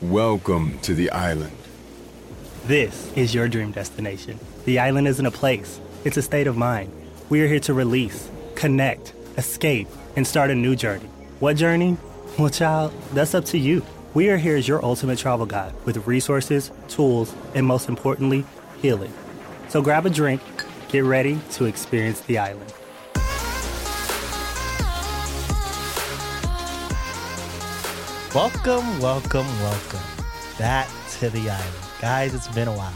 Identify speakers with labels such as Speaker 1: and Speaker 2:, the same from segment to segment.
Speaker 1: Welcome to the island.
Speaker 2: This is your dream destination. The island isn't a place, it's a state of mind. We are here to release, connect, escape, and start a new journey. What journey? Well, child, that's up to you. We are here as your ultimate travel guide with resources, tools, and most importantly, healing. So grab a drink, get ready to experience the island.
Speaker 3: Welcome, welcome, welcome back to the island. Guys, it's been a while.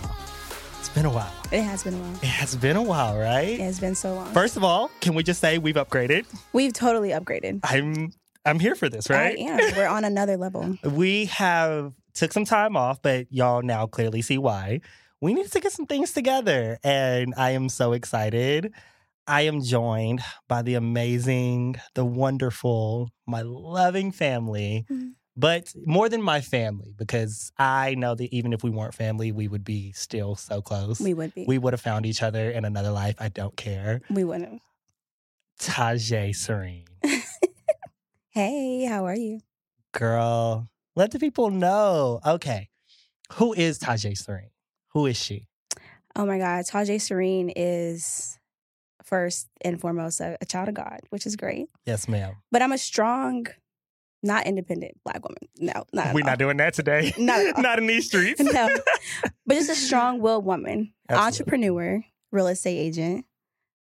Speaker 3: It's been a while.
Speaker 4: It has been a while.
Speaker 3: It has been a while, right?
Speaker 4: It has been so long.
Speaker 3: First of all, can we just say we've upgraded?
Speaker 4: We've totally upgraded.
Speaker 3: I'm I'm here for this, right?
Speaker 4: I am. We're on another level.
Speaker 3: We have took some time off, but y'all now clearly see why. We needed to get some things together, and I am so excited. I am joined by the amazing, the wonderful, my loving family,
Speaker 4: Mhm.
Speaker 3: but more than my family, because I know that even if we weren't family, we would be still so close.
Speaker 4: We would be.
Speaker 3: We would have found each other in another life. I don't care.
Speaker 4: we wouldn't.
Speaker 3: Tajay Serene.
Speaker 4: Hey, how are you?
Speaker 3: Girl, let the people know. Okay. Who is Tajay Serene? Who is she?
Speaker 4: Oh my God. Tajay Serene is first and foremost a, a child of God, which is great.
Speaker 3: Yes, ma'am.
Speaker 4: But I'm a strong, not independent black woman. No, not at
Speaker 3: We're
Speaker 4: all.
Speaker 3: not doing that today.
Speaker 4: Not at all.
Speaker 3: not in these streets.
Speaker 4: no, but just a strong willed woman,
Speaker 3: Absolutely.
Speaker 4: entrepreneur, real estate agent,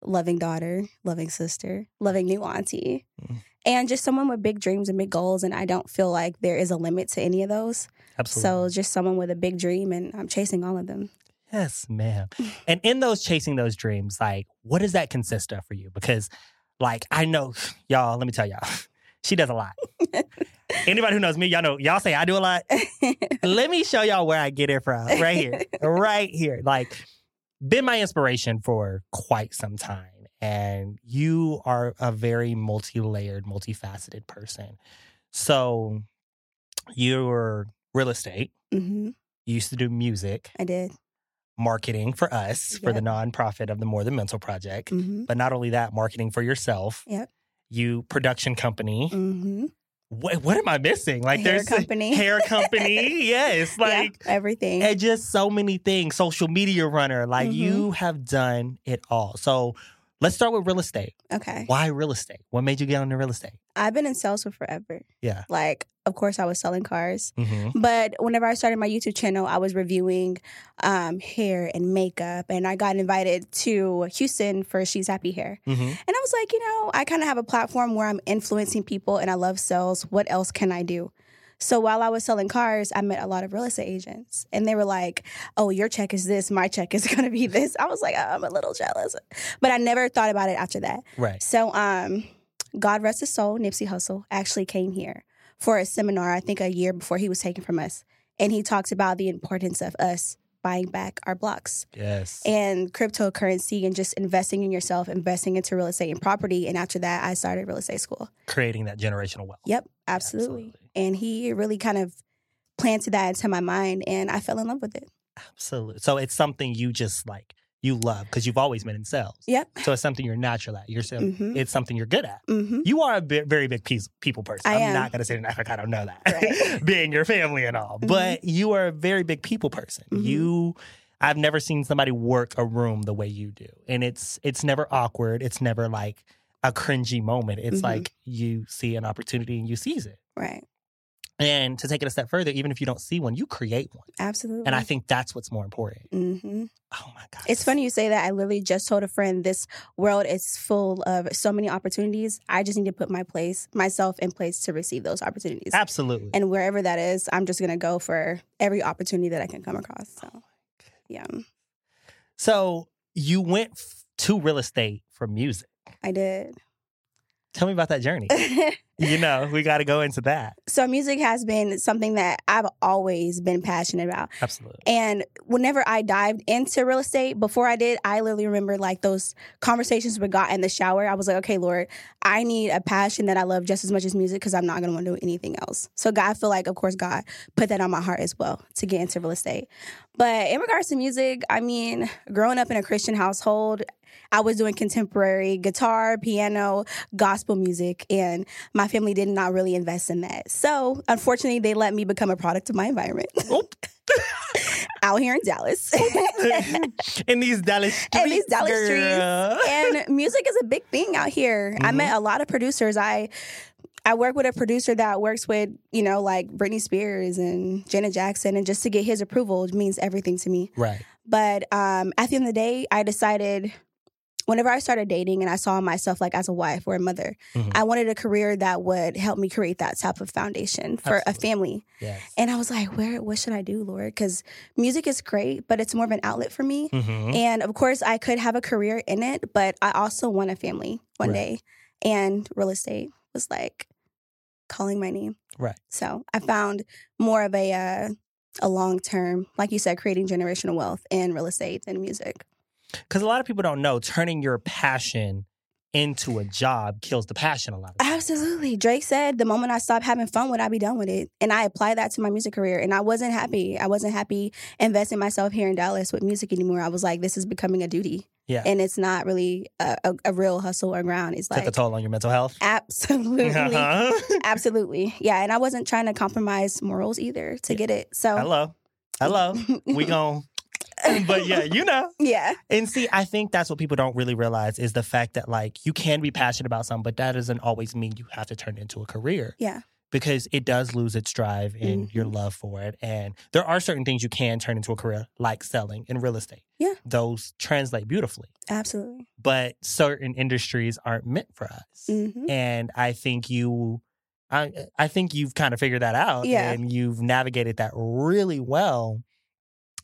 Speaker 4: loving daughter, loving sister, loving new auntie,
Speaker 3: Mm.
Speaker 4: and just someone with big dreams and big goals. And I don't feel like there is a limit to any of those. So
Speaker 3: Absolutely.
Speaker 4: just someone with a big dream, and I'm chasing all of them.
Speaker 3: yes, ma'am. And in those chasing those dreams, like, what does that consist of for you? Because, like, I know, y'all, let me tell y'all, she does a lot. Anybody who knows me, y'all know, y'all say I do a lot. let me show y'all where I get it from. Right here. right here. Like, been my inspiration for quite some time. And you are a very multi layered, multifaceted person. So, you're real estate,
Speaker 4: hmm
Speaker 3: you used to do music,
Speaker 4: I did.
Speaker 3: marketing for us, for the
Speaker 4: Yep.
Speaker 3: nonprofit of the More Than Mental Project.
Speaker 4: hmm
Speaker 3: But not only that, marketing for yourself.
Speaker 4: Yep.
Speaker 3: You production company.
Speaker 4: hmm
Speaker 3: What, what am I missing? Like
Speaker 4: Hair
Speaker 3: there's
Speaker 4: company.
Speaker 3: hair company. yes, like
Speaker 4: yeah, everything.
Speaker 3: and just so many things. Social media runner. Like
Speaker 4: Mhm.
Speaker 3: you have done it all. So let's start with real estate.
Speaker 4: okay.
Speaker 3: Why real estate? What made you get into real estate?
Speaker 4: I've been in sales for forever.
Speaker 3: Yeah.
Speaker 4: Like, of course, I was selling cars.
Speaker 3: Mm-hmm.
Speaker 4: But whenever I started my YouTube channel, I was reviewing um, hair and makeup, and I got invited to Houston for She's Happy Hair.
Speaker 3: Mm-hmm.
Speaker 4: And I was like, you know, I kind of have a platform where I'm influencing people and I love sales. What else can I do? So while I was selling cars, I met a lot of real estate agents, and they were like, "Oh, your check is this, my check is going to be this." I was like, oh, "I'm a little jealous," but I never thought about it after that.
Speaker 3: Right.
Speaker 4: So, um, God rest his soul, Nipsey Hussle actually came here for a seminar, I think a year before he was taken from us. And he talked about the importance of us buying back our blocks
Speaker 3: Yes.
Speaker 4: and cryptocurrency and just investing in yourself, investing into real estate and property. And after that, I started real estate school.
Speaker 3: Creating that generational wealth.
Speaker 4: Yep, absolutely.
Speaker 3: Absolutely.
Speaker 4: And he really kind of planted that into my mind, and I fell in love with it.
Speaker 3: Absolutely. So it's something you just like you love because you've always been in sales.
Speaker 4: Yep.
Speaker 3: So it's something you're natural at. You're so,
Speaker 4: Mhm.
Speaker 3: it's something you're good at.
Speaker 4: hmm
Speaker 3: You are a bi- very big piece, people person.
Speaker 4: I
Speaker 3: am
Speaker 4: am.
Speaker 3: not going to say that like I don't know that,
Speaker 4: Right. Mm-hmm.
Speaker 3: being your family and all. But you are a very big people person.
Speaker 4: Mhm.
Speaker 3: You, I've never seen somebody work a room the way you do, and it's it's never awkward. It's never like a cringy moment. It's
Speaker 4: Mhm.
Speaker 3: like you see an opportunity and you seize it.
Speaker 4: Right.
Speaker 3: And to take it a step further, even if you don't see one, you create one.
Speaker 4: Absolutely.
Speaker 3: And I think that's what's more important.
Speaker 4: hmm
Speaker 3: Oh my god,
Speaker 4: Mm-hmm. It's funny you say that. I literally just told a friend this world is full of so many opportunities. I just need to put my place, myself in place to receive those opportunities.
Speaker 3: Absolutely.
Speaker 4: And wherever that is, I'm just gonna go for every opportunity that I can come across. So, yeah,
Speaker 3: So you went f- to real estate for music.
Speaker 4: I did.
Speaker 3: Tell me about that journey. you know, we got to go into that.
Speaker 4: so, music has been something that I've always been passionate about.
Speaker 3: Absolutely.
Speaker 4: And whenever I dived into real estate, before I did, I literally remember like those conversations we got in the shower. I was like, okay, Lord, I need a passion that I love just as much as music because I'm not going to want to do anything else. So, God, I feel like, of course, God put that on my heart as well to get into real estate. But in regards to music, I mean, growing up in a Christian household, I was doing contemporary guitar, piano, gospel music, and my family did not really invest in that. So unfortunately, they let me become a product of my environment out here in Dallas.
Speaker 3: in these Dallas streets.
Speaker 4: And these Dallas streets.
Speaker 3: girl.
Speaker 4: and music is a big thing out here. I met a lot of producers. I I work with a producer that works with, you know, like Britney Spears and Janet Jackson, and just to get his approval means everything to me.
Speaker 3: Right.
Speaker 4: But um, at the end of the day, I decided whenever I started dating and I saw myself like as a wife or a mother,
Speaker 3: Mhm.
Speaker 4: I wanted a career that would help me create that type of foundation for a
Speaker 3: Absolutely.
Speaker 4: family.
Speaker 3: Yes.
Speaker 4: And I was like, where what should I do, Lord? Because music is great, but it's more of an outlet for me.
Speaker 3: hmm
Speaker 4: And of course, I could have a career in it, but I also want a family one
Speaker 3: Right.
Speaker 4: day. And real estate was like calling my name.
Speaker 3: Right.
Speaker 4: So I found more of a uh, a long term, like you said, creating generational wealth in real estate and music.
Speaker 3: Because a lot of people don't know turning your passion into a job kills the passion a lot. Of times.
Speaker 4: Absolutely. Drake said, the moment I stopped having fun, would I be done with it? And I applied that to my music career. And I wasn't happy. I wasn't happy investing myself here in Dallas with music anymore. I was like, this is becoming a duty.
Speaker 3: Yeah.
Speaker 4: And it's not really a, a, a real hustle or ground. It's
Speaker 3: Took a
Speaker 4: like,
Speaker 3: toll on your mental health.
Speaker 4: absolutely.
Speaker 3: Uh-huh.
Speaker 4: absolutely. Yeah. And I wasn't trying to compromise morals either to get it. So,
Speaker 3: Hello. Hello. we gon' but yeah, you know.
Speaker 4: yeah.
Speaker 3: And see, I think that's what people don't really realize is the fact that like you can be passionate about something, but that doesn't always mean you have to turn it into a career.
Speaker 4: Yeah.
Speaker 3: Because it does lose its drive in
Speaker 4: Mm-hmm.
Speaker 3: your love for it. And there are certain things you can turn into a career, like selling and real estate.
Speaker 4: Yeah.
Speaker 3: Those translate beautifully.
Speaker 4: Absolutely.
Speaker 3: But certain industries aren't meant for us.
Speaker 4: hmm
Speaker 3: And I think you I I think you've kind of figured that out.
Speaker 4: Yeah.
Speaker 3: And you've navigated that really well.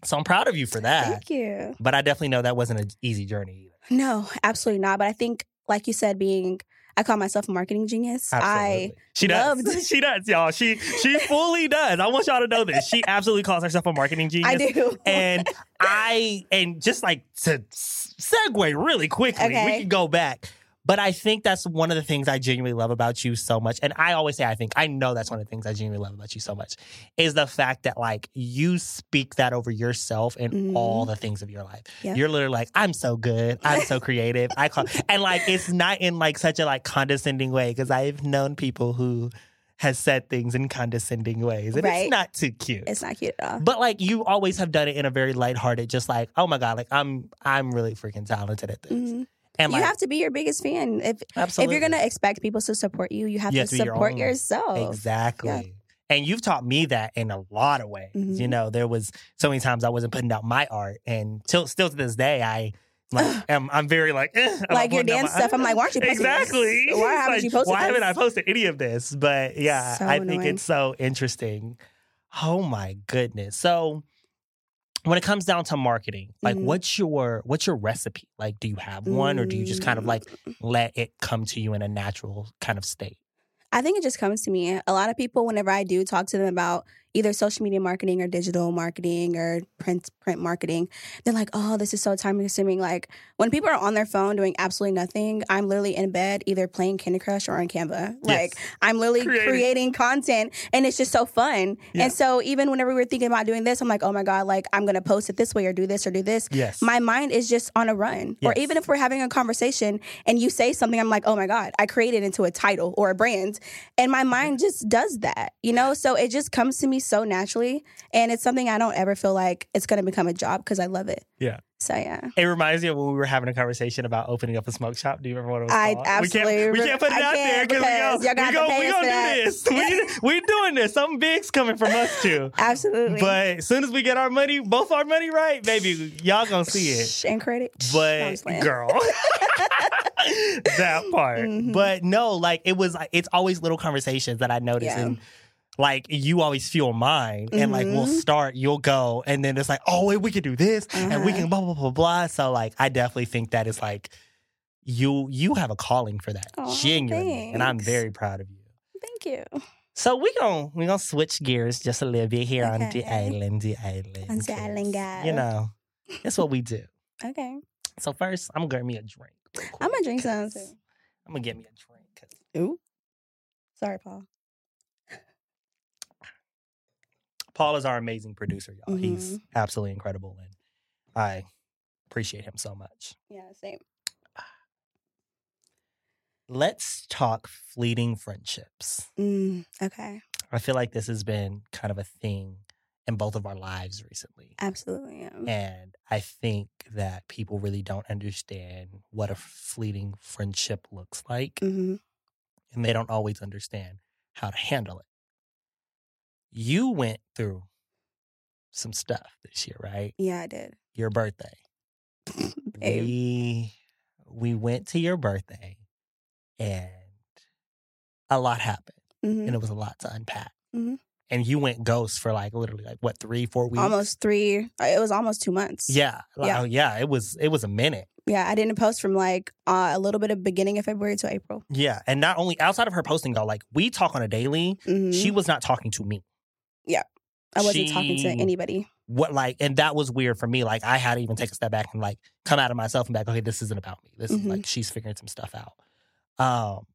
Speaker 3: So I'm proud of you for that.
Speaker 4: Thank you.
Speaker 3: But I definitely know that wasn't an e-, easy journey either.
Speaker 4: No, absolutely not. But I think, like you said, being, I call myself a marketing genius. I,
Speaker 3: Absolutely. she does.
Speaker 4: loved-
Speaker 3: She does, y'all. She she fully does. I want y'all to know this. She absolutely calls herself a marketing genius.
Speaker 4: I do.
Speaker 3: And I and just like to s- segue really quickly, we
Speaker 4: Okay.
Speaker 3: can go back. But I think that's one of the things I genuinely love about you so much. And I always say I think I know that's one of the things I genuinely love about you so much is the fact that like you speak that over yourself and
Speaker 4: Mhm.
Speaker 3: all the things of your life.
Speaker 4: Yeah.
Speaker 3: You're literally like, I'm so good. I'm so creative. I call and like it's not in like such a like condescending way because I've known people who has said things in condescending ways. And
Speaker 4: Right.
Speaker 3: it's not too cute.
Speaker 4: it's not cute at all.
Speaker 3: But like you always have done it in a very lighthearted, just like, oh my God, like I'm I'm really freaking talented at this.
Speaker 4: Mhm.
Speaker 3: And like
Speaker 4: you have to be your biggest fan. If
Speaker 3: absolutely.
Speaker 4: if you're gonna expect people to support you, you have
Speaker 3: You
Speaker 4: to
Speaker 3: have to be your
Speaker 4: support
Speaker 3: own.
Speaker 4: yourself.
Speaker 3: Exactly.
Speaker 4: Yeah.
Speaker 3: And you've taught me that in a lot of ways.
Speaker 4: Mhm.
Speaker 3: You know, there was so many times I wasn't putting out my art and till still to this day I like am I'm very like eh, I'm not
Speaker 4: Like your
Speaker 3: putting out
Speaker 4: dance
Speaker 3: my-
Speaker 4: stuff, I'm like, why aren't you posting this?
Speaker 3: Exactly.
Speaker 4: Why haven't
Speaker 3: Like,
Speaker 4: you posted
Speaker 3: Why haven't
Speaker 4: this?
Speaker 3: I posted any of this? But yeah,
Speaker 4: So
Speaker 3: I think
Speaker 4: annoying.
Speaker 3: it's so interesting. Oh my goodness. So when it comes down to marketing, like
Speaker 4: Mhm.
Speaker 3: what's your what's your recipe? Like do you have one or do you just kind of like
Speaker 4: Mm.
Speaker 3: let it come to you in a natural kind of state?
Speaker 4: I think it just comes to me. A lot of people, whenever I do talk to them about either social media marketing or digital marketing or print print marketing, they're like, "Oh, this is so time consuming." Like when people are on their phone doing absolutely nothing, I'm literally in bed either playing Candy Crush or on Canva. Like I'm literally
Speaker 3: Creating.
Speaker 4: creating. content, and it's just so fun.
Speaker 3: Yeah.
Speaker 4: And so even whenever we were thinking about doing this, I'm like, "Oh my god!" Like I'm gonna post it this way or do this or do this.
Speaker 3: Yes.
Speaker 4: My mind is just on a run.
Speaker 3: Yes.
Speaker 4: Or even if we're having a conversation and you say something, I'm like, oh my God, I created into a title or a brand. And my mind just does that, you know? So it just comes to me so naturally. And it's something I don't ever feel like it's going to become a job because I love it.
Speaker 3: Yeah.
Speaker 4: So yeah.
Speaker 3: It reminds me of when we were having a conversation about opening up a smoke shop. Do you remember what it was
Speaker 4: I
Speaker 3: called?
Speaker 4: absolutely
Speaker 3: we can't, we
Speaker 4: re-
Speaker 3: can't put it
Speaker 4: I
Speaker 3: out there
Speaker 4: can't
Speaker 3: because
Speaker 4: because
Speaker 3: we
Speaker 4: y'all
Speaker 3: go, we
Speaker 4: gotta
Speaker 3: go,
Speaker 4: pay
Speaker 3: we
Speaker 4: us
Speaker 3: gonna
Speaker 4: for that.
Speaker 3: do this. We, we're doing this. Something big's coming from us too.
Speaker 4: Absolutely.
Speaker 3: But as soon as we get our money, both our money right, baby, y'all gonna see it.
Speaker 4: Shh, And credit. Shh, no, I'm
Speaker 3: But
Speaker 4: just playing.
Speaker 3: girl, that part.
Speaker 4: Mhm.
Speaker 3: But no, like it was. It's always little conversations that I notice,
Speaker 4: Yeah.
Speaker 3: and like you always fuel mine, and like we'll
Speaker 4: Mhm.
Speaker 3: start, you'll go, and then it's like, oh wait, we can do this, and we
Speaker 4: Uh-huh.
Speaker 3: can blah blah blah blah. So like, I definitely think that is like you you have a calling for that
Speaker 4: Aw,
Speaker 3: genuinely, and I'm
Speaker 4: thanks.
Speaker 3: very proud of you.
Speaker 4: Thank you.
Speaker 3: So we gon' we gonna switch gears just a little bit here on the
Speaker 4: Okay.
Speaker 3: island, the island,
Speaker 4: On the island,
Speaker 3: 'cause, You
Speaker 4: guys.
Speaker 3: know, that's what we do.
Speaker 4: Okay.
Speaker 3: So first, I'm gonna get me a drink.
Speaker 4: I'm gonna drink some too.
Speaker 3: I'm gonna get me a drink. 'cause-
Speaker 4: Ooh. Sorry, Paul.
Speaker 3: Paul is our amazing producer, y'all. He's
Speaker 4: Mhm.
Speaker 3: absolutely incredible, and I appreciate him so much.
Speaker 4: Yeah, same.
Speaker 3: Let's talk fleeting friendships.
Speaker 4: Mm, okay.
Speaker 3: I feel like this has been kind of a thing in both of our lives recently.
Speaker 4: Absolutely. Yeah.
Speaker 3: And I think that people really don't understand what a fleeting friendship looks like,
Speaker 4: hmm
Speaker 3: and they don't always understand how to handle it. You went through some stuff this year, right?
Speaker 4: Yeah, I did.
Speaker 3: Your birthday.
Speaker 4: Babe.
Speaker 3: We we went to your birthday and a lot happened
Speaker 4: Mhm.
Speaker 3: and it was a lot to unpack.
Speaker 4: Mhm.
Speaker 3: And you went ghost for like literally like what three, four weeks?
Speaker 4: Almost three. uh, It was almost two months.
Speaker 3: Yeah. Like,
Speaker 4: Yeah.
Speaker 3: oh, yeah. It was it was a minute.
Speaker 4: Yeah, I didn't post from like uh, a little bit of beginning of February to April.
Speaker 3: Yeah. And not only outside of her posting y'all, like we talk on a daily,
Speaker 4: Mhm.
Speaker 3: she was not talking to me.
Speaker 4: I wasn't talking to
Speaker 3: she-
Speaker 4: anybody.
Speaker 3: What like and that was weird for me. Like I had to even take a step back and like come out of myself and be like, okay, this isn't about me. This
Speaker 4: Mhm.
Speaker 3: is like she's figuring some stuff out. Um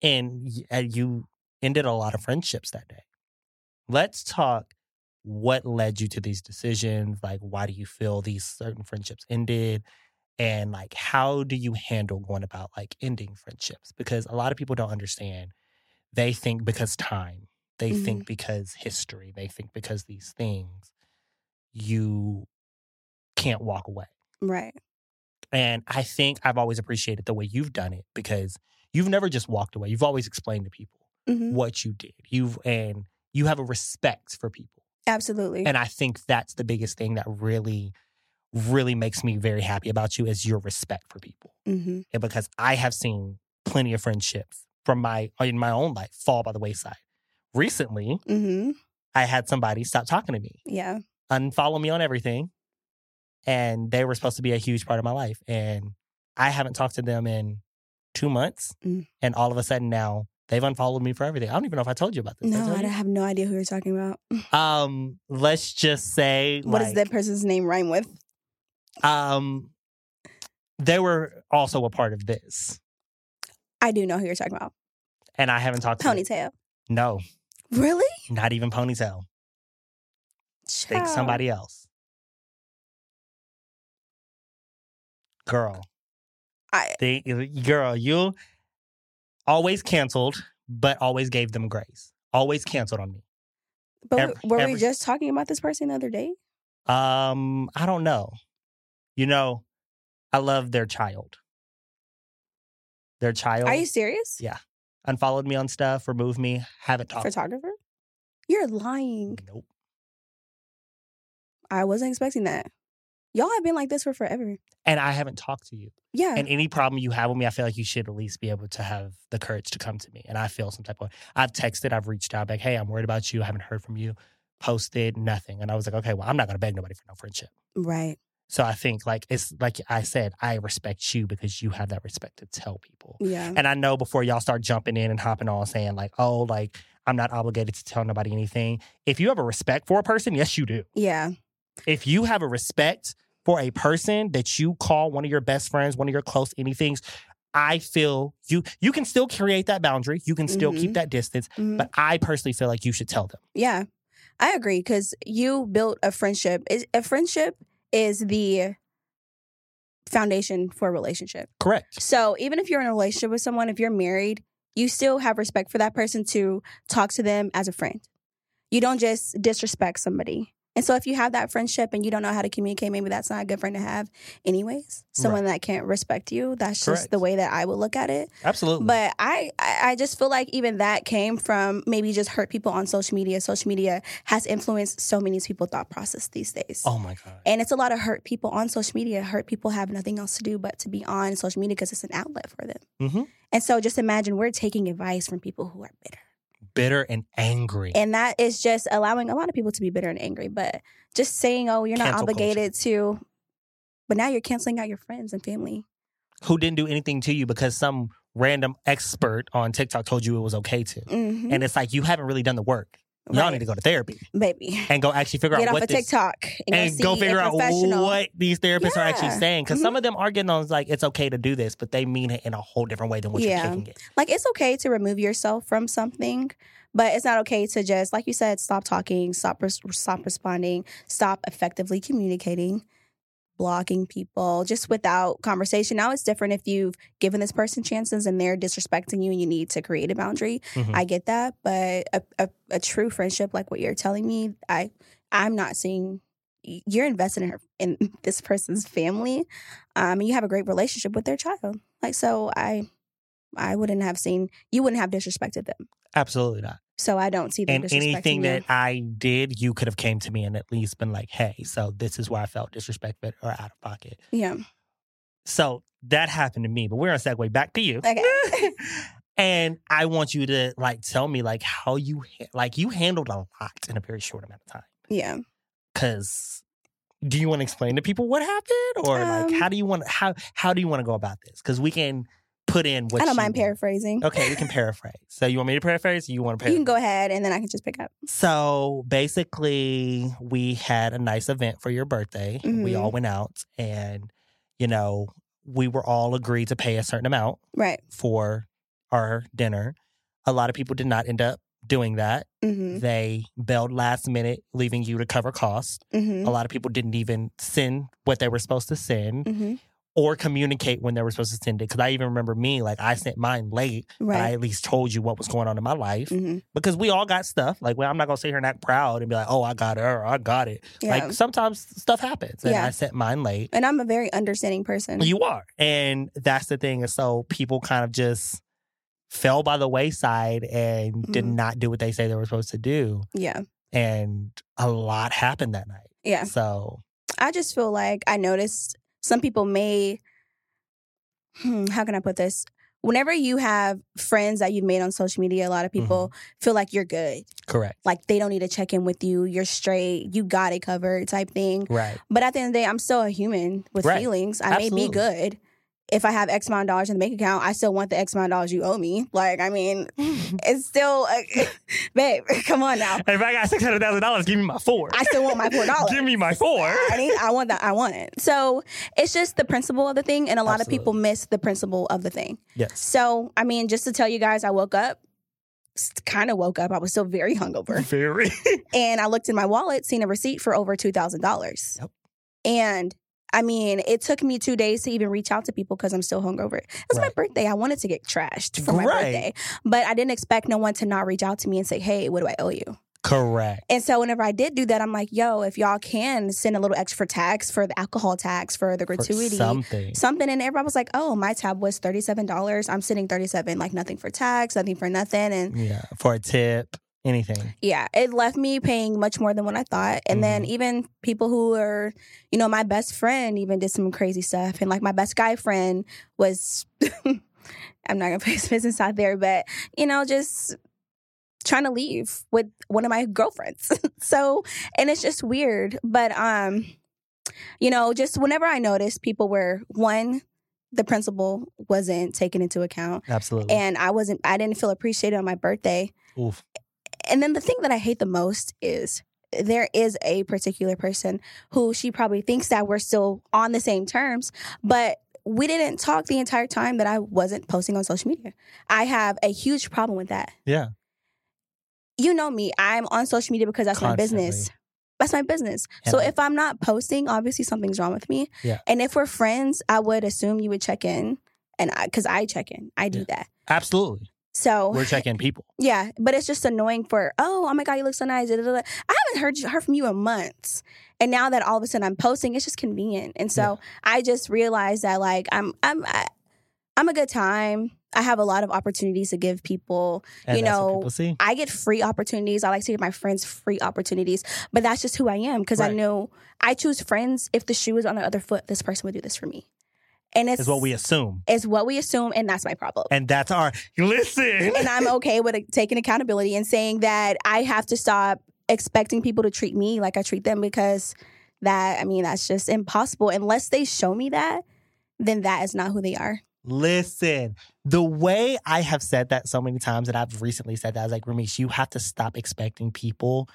Speaker 3: and, y- and you ended a lot of friendships that day. Let's talk what led you to these decisions, like why do you feel these certain friendships ended? And like how do you handle going about like ending friendships? Because a lot of people don't understand. They think because time, they think because history, they think because these things, you can't walk away.
Speaker 4: Right.
Speaker 3: And I think I've always appreciated the way you've done it because you've never just walked away. You've always explained to people
Speaker 4: hmm
Speaker 3: what you did. You've and you have a respect for people.
Speaker 4: Absolutely.
Speaker 3: And I think that's the biggest thing that really really makes me very happy about you is your respect for people.
Speaker 4: hmm
Speaker 3: And because I have seen plenty of friendships from my in my own life fall by the wayside. Recently,
Speaker 4: hmm
Speaker 3: I had somebody stop talking to me
Speaker 4: Yeah.
Speaker 3: unfollow me on everything. And they were supposed to be a huge part of my life. And I haven't talked to them in two months.
Speaker 4: Mm.
Speaker 3: And all of a sudden now they've unfollowed me for everything. I don't even know if I told you about this. Did I
Speaker 4: No,
Speaker 3: tell
Speaker 4: I
Speaker 3: you?
Speaker 4: don't- have no idea who you're talking about.
Speaker 3: Um, let's just say
Speaker 4: What does
Speaker 3: like,
Speaker 4: that person's name rhyme with?
Speaker 3: Um, they were also a part of this.
Speaker 4: I do know who you're talking about.
Speaker 3: And I haven't talked to them.
Speaker 4: Ponytail.
Speaker 3: No,
Speaker 4: Really?
Speaker 3: not even ponytail. Think
Speaker 4: Child.
Speaker 3: somebody else. Girl.
Speaker 4: I-
Speaker 3: Think, girl, you always canceled, but always gave them grace. Always canceled on me.
Speaker 4: But
Speaker 3: Every-
Speaker 4: were
Speaker 3: every-
Speaker 4: we just talking about this person the other day?
Speaker 3: Um, I don't know. You know, I love their child. Their child
Speaker 4: Are you serious?
Speaker 3: Yeah. unfollowed me on stuff, removed me, haven't talked.
Speaker 4: Photographer? You're lying.
Speaker 3: Nope.
Speaker 4: I wasn't expecting that. Y'all have been like this for forever.
Speaker 3: And I haven't talked to you.
Speaker 4: Yeah.
Speaker 3: And any problem you have with me, I feel like you should at least be able to have the courage to come to me. And I feel some type of I've texted, I've reached out, like, hey, I'm worried about you. I haven't heard from you. Posted nothing. And I was like, okay, well, I'm not gonna beg nobody for no friendship.
Speaker 4: right.
Speaker 3: So I think like it's like I said, I respect you because you have that respect to tell people.
Speaker 4: Yeah.
Speaker 3: And I know before y'all start jumping in and hopping on saying like, oh, like I'm not obligated to tell nobody anything. If you have a respect for a person, yes, you do.
Speaker 4: Yeah.
Speaker 3: If you have a respect for a person that you call one of your best friends, one of your close anythings, I feel you you can still create that boundary. You can still keep that distance.
Speaker 4: Mhm.
Speaker 3: But I personally feel like you should tell them.
Speaker 4: Yeah, I agree because you built a friendship. Is- A friendship is the foundation for a relationship.
Speaker 3: Correct.
Speaker 4: So even if you're in a relationship with someone, if you're married, you still have respect for that person to talk to them as a friend. You don't just disrespect somebody. And so if you have that friendship and you don't know how to communicate, maybe that's not a good friend to have, anyways. Someone that can't respect you. That's just
Speaker 3: Correct.
Speaker 4: the way that I would look at it.
Speaker 3: Absolutely.
Speaker 4: But I, I I just feel like even that came from maybe just hurt people on social media. Social media has influenced so many people's thought process these days.
Speaker 3: oh my God.
Speaker 4: And it's a lot of hurt people on social media. Hurt people have nothing else to do but to be on social media because it's an outlet for them.
Speaker 3: Mhm.
Speaker 4: And so just imagine we're taking advice from people who are bitter.
Speaker 3: Bitter and angry.
Speaker 4: And that is just allowing a lot of people to be bitter and angry. But just saying, oh, you're not
Speaker 3: Cancel culture.
Speaker 4: obligated to, but now you're canceling out your friends and family.
Speaker 3: who didn't do anything to you because some random expert on TikTok told you it was okay to.
Speaker 4: Mm-hmm.
Speaker 3: And it's like you haven't really done the work. Y'all all need to go to therapy
Speaker 4: Baby.
Speaker 3: and go actually figure out
Speaker 4: Get off
Speaker 3: what
Speaker 4: of
Speaker 3: this
Speaker 4: TikTok and,
Speaker 3: and
Speaker 4: see
Speaker 3: go figure
Speaker 4: a
Speaker 3: out
Speaker 4: professional.
Speaker 3: what these therapists are actually
Speaker 4: Yeah. Mm-hmm.
Speaker 3: saying because some of them are getting on like it's okay to do this, but they mean it in a whole different way than what
Speaker 4: Yeah.
Speaker 3: you're taking it.
Speaker 4: like it's okay to remove yourself from something but it's not okay to just like you said stop talking stop res- stop responding stop effectively communicating blocking people just without conversation. Now it's different if you've given this person chances and they're disrespecting you and you need to create a boundary.
Speaker 3: Mhm.
Speaker 4: I get that, but a, a, a true friendship like what you're telling me, I I'm not seeing you're invested in her in this person's family. Um and you have a great relationship with their child. Like so I I wouldn't have seen you wouldn't have disrespected them.
Speaker 3: Absolutely not.
Speaker 4: So I don't see them
Speaker 3: And
Speaker 4: disrespecting
Speaker 3: anything
Speaker 4: you.
Speaker 3: that I did, you could have came to me and at least been like, "Hey, so this is where I felt disrespected or out of pocket."
Speaker 4: yeah.
Speaker 3: So that happened to me, but we're on segue back to you.
Speaker 4: Okay.
Speaker 3: and I want you to like tell me like how you ha- like you handled a lot in a very short amount of time.
Speaker 4: Yeah.
Speaker 3: Cause do you want to explain to people what happened or like
Speaker 4: Um,
Speaker 3: how do you want how how do you want to go about this? Because we can put in what
Speaker 4: I
Speaker 3: you
Speaker 4: don't mind
Speaker 3: want.
Speaker 4: paraphrasing.
Speaker 3: Okay, we can paraphrase. So you want me to paraphrase? Or you want to
Speaker 4: You
Speaker 3: paraphrase?
Speaker 4: can go ahead and then I can just pick up.
Speaker 3: So basically, we had a nice event for your birthday. We
Speaker 4: Mhm.
Speaker 3: all went out, and you know, we were all agreed to pay a certain amount
Speaker 4: Right.
Speaker 3: for our dinner. A lot of people did not end up doing that.
Speaker 4: Mm-hmm.
Speaker 3: They bailed last minute, leaving you to cover costs.
Speaker 4: Mm-hmm.
Speaker 3: A lot of people didn't even send what they were supposed to send
Speaker 4: Mm-hmm.
Speaker 3: or communicate when they were supposed to send it. Because I even remember me, like I sent mine late, but I
Speaker 4: Right.
Speaker 3: at least told you what was going on in my life
Speaker 4: Mm-hmm.
Speaker 3: because we all got stuff. Like, well, I'm not gonna sit here and act proud and be like, oh, I got her, or I got it.
Speaker 4: Yeah.
Speaker 3: Like sometimes stuff happens, and
Speaker 4: Yeah.
Speaker 3: I sent mine late.
Speaker 4: and I'm a very understanding person.
Speaker 3: You are, and that's the thing. And so people kind of just fell by the wayside and did
Speaker 4: Mhm.
Speaker 3: not do what they say they were supposed to do,
Speaker 4: yeah.
Speaker 3: and a lot happened that night.
Speaker 4: Yeah.
Speaker 3: So
Speaker 4: I just feel like I noticed some people may, hmm, how can I put this? Whenever you have friends that you've made on social media, a lot of people
Speaker 3: Mm-hmm.
Speaker 4: feel like you're good.
Speaker 3: correct,
Speaker 4: Like they don't need to check in with you. You're straight. You got it covered type thing.
Speaker 3: right,
Speaker 4: But at the end of the day, I'm still a human with
Speaker 3: Right.
Speaker 4: feelings. I may
Speaker 3: Absolutely.
Speaker 4: be good. If I have X amount of dollars in the bank account, I still want the X amount of dollars you owe me. Like, I mean, it's still, uh, babe, come on now.
Speaker 3: If I got six hundred thousand dollars, give me my four.
Speaker 4: I still want my four dollars.
Speaker 3: give me my four.
Speaker 4: I need, I want that. I want it. So it's just the principle of the thing, and a lot of people miss the principle of the thing.
Speaker 3: Yes.
Speaker 4: So, I mean, just to tell you guys, I woke up, kind of woke up. I was still very hungover,
Speaker 3: Very.
Speaker 4: and I looked in my wallet, seen a receipt for over two thousand dollars.
Speaker 3: Yep.
Speaker 4: And I mean, it took me two days to even reach out to people because I'm still hungover. It was
Speaker 3: Right.
Speaker 4: my birthday. I wanted to get trashed for my
Speaker 3: Right.
Speaker 4: birthday, but I didn't expect no one to not reach out to me and say, "Hey, what do I owe you?"
Speaker 3: Correct.
Speaker 4: And so whenever I did do that, I'm like, yo, if y'all can send a little extra tax for the alcohol tax, for the
Speaker 3: For
Speaker 4: gratuity,
Speaker 3: something.
Speaker 4: something. And everybody was like, oh, my tab was $37. I'm sitting 37 like nothing for tax, nothing for nothing. And
Speaker 3: Yeah. For a tip. Anything.
Speaker 4: yeah, it left me paying much more than what I thought. And then even people who are, you know, my best friend even did some crazy stuff. And like my best guy friend was, I'm not going to put his business out there, but, you know, just trying to leave with one of my girlfriends. so, and it's just weird. But, um, you know, just whenever I noticed people were, one, the principal wasn't taken into account.
Speaker 3: Absolutely.
Speaker 4: And I wasn't, I didn't feel appreciated on my birthday.
Speaker 3: Oof.
Speaker 4: And then the thing that I hate the most is there is a particular person who she probably thinks that we're still on the same terms, but we didn't talk the entire time that I wasn't posting on social media. I have a huge problem with that.
Speaker 3: Yeah.
Speaker 4: You know me, I'm on social media because that's my business.
Speaker 3: Constantly.
Speaker 4: That's my business.
Speaker 3: And
Speaker 4: so
Speaker 3: I-
Speaker 4: if I'm not posting, obviously something's wrong with me.
Speaker 3: Yeah.
Speaker 4: And if we're friends, I would assume you would check in and I cuz I check in. I do
Speaker 3: Yeah.
Speaker 4: that.
Speaker 3: Absolutely.
Speaker 4: So
Speaker 3: We're checking people.
Speaker 4: yeah, but it's just annoying for, oh, oh my God, you look so nice. da, da, da, da. I haven't heard you, heard from you in months. And now that all of a sudden I'm posting, it's just convenient. And so I just realized that like I'm I'm I, I'm a good time. I have a lot of opportunities to give people.
Speaker 3: And
Speaker 4: You
Speaker 3: that's what
Speaker 4: know,
Speaker 3: people see.
Speaker 4: I get free opportunities. I like to give my friends free opportunities, but that's just who I am because
Speaker 3: Right.
Speaker 4: I know I choose friends if the shoe is on the other foot, this person would do this for me. And it's
Speaker 3: Is what we assume.
Speaker 4: it's what we assume and that's my problem
Speaker 3: And that's our listen.
Speaker 4: and I'm okay with it- taking accountability and saying that I have to stop expecting people to treat me like I treat them because that I mean that's just impossible unless they show me that then that is not who they are.
Speaker 3: Listen. The way I have said that so many times, and I've recently said that, I was like, Ramesh, you have to stop expecting people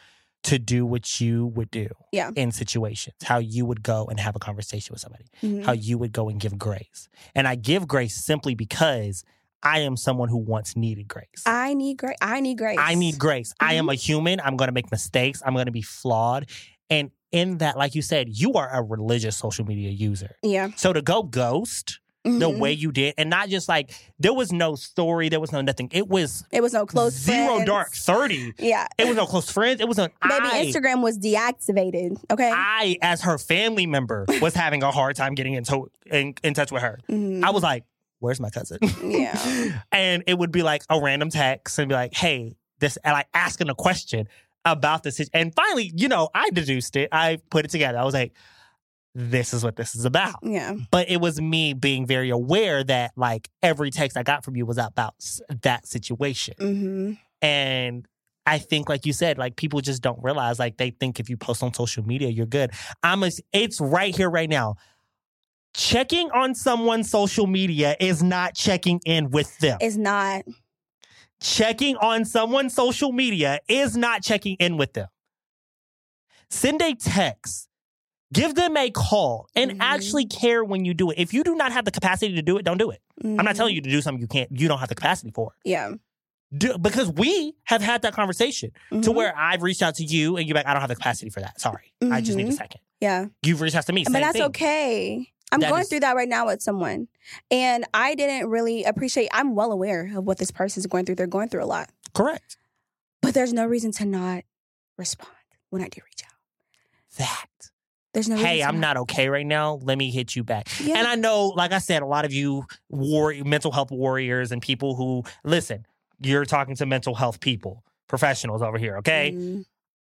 Speaker 3: to do what you would do
Speaker 4: Yeah.
Speaker 3: in situations, how you would go and have a conversation with somebody.
Speaker 4: Mhm.
Speaker 3: how you would go and give grace. And I give grace simply because I am someone who once needed grace. I,
Speaker 4: I need grace. I need grace.
Speaker 3: need grace. I am
Speaker 4: Mhm.
Speaker 3: a human. I'm going to make mistakes. I'm going to be flawed. And in that, like you said, you are a religious social media user.
Speaker 4: Yeah.
Speaker 3: So to go ghost the
Speaker 4: Mhm.
Speaker 3: way you did, and not just like there was no story, there was no nothing. It was
Speaker 4: it was no close
Speaker 3: zero
Speaker 4: friends.
Speaker 3: dark thirty.
Speaker 4: Yeah.
Speaker 3: It was no close friends. It was an
Speaker 4: Baby,
Speaker 3: I.
Speaker 4: Instagram was deactivated. Okay.
Speaker 3: I, as her family member, was having a hard time getting in, to- in, in touch with her.
Speaker 4: Mhm.
Speaker 3: I was like, "Where's my cousin?"
Speaker 4: yeah.
Speaker 3: and it would be like a random text and be like, hey, this, and like asking a question about this. sit- And finally, you know, I deduced it. I put it together. I was like, this is what this is about.
Speaker 4: Yeah.
Speaker 3: But it was me being very aware that like every text I got from you was about s- that situation.
Speaker 4: hmm
Speaker 3: And I think, like you said, like people just don't realize, like they think if you post on social media, you're good. I'm a, it's right here, right now. Checking on someone's social media is not checking in with them
Speaker 4: It's not.
Speaker 3: checking on someone's social media is not checking in with them. Send a text, give them a call, and
Speaker 4: Mhm.
Speaker 3: actually care when you do it. If you do not have the capacity to do it, don't do it. I'm not
Speaker 4: Mhm.
Speaker 3: telling you to do something you can't, you don't have the capacity for.
Speaker 4: mm-hmm. Yeah.
Speaker 3: Do, because we have had that conversation to
Speaker 4: Mhm.
Speaker 3: where I've reached out to you and you're like, I don't have the capacity for that. Sorry, I just need a
Speaker 4: Mhm.
Speaker 3: second.
Speaker 4: Yeah.
Speaker 3: You've reached out to me.
Speaker 4: But
Speaker 3: same
Speaker 4: that's
Speaker 3: thing.
Speaker 4: okay. I'm
Speaker 3: That
Speaker 4: going
Speaker 3: is-
Speaker 4: through that right now with someone. And I didn't really appreciate, I'm well aware of what this person's going through. They're going through a lot.
Speaker 3: Correct.
Speaker 4: But there's no reason to not respond when I do reach out.
Speaker 3: That.
Speaker 4: There's no
Speaker 3: Hey,
Speaker 4: reason to
Speaker 3: I'm not okay right now. Let me hit you back.
Speaker 4: Yeah.
Speaker 3: And I know, like I said, a lot of you war mental health warriors and people who listen, you're talking to mental health people, professionals over here, okay?
Speaker 4: Mm,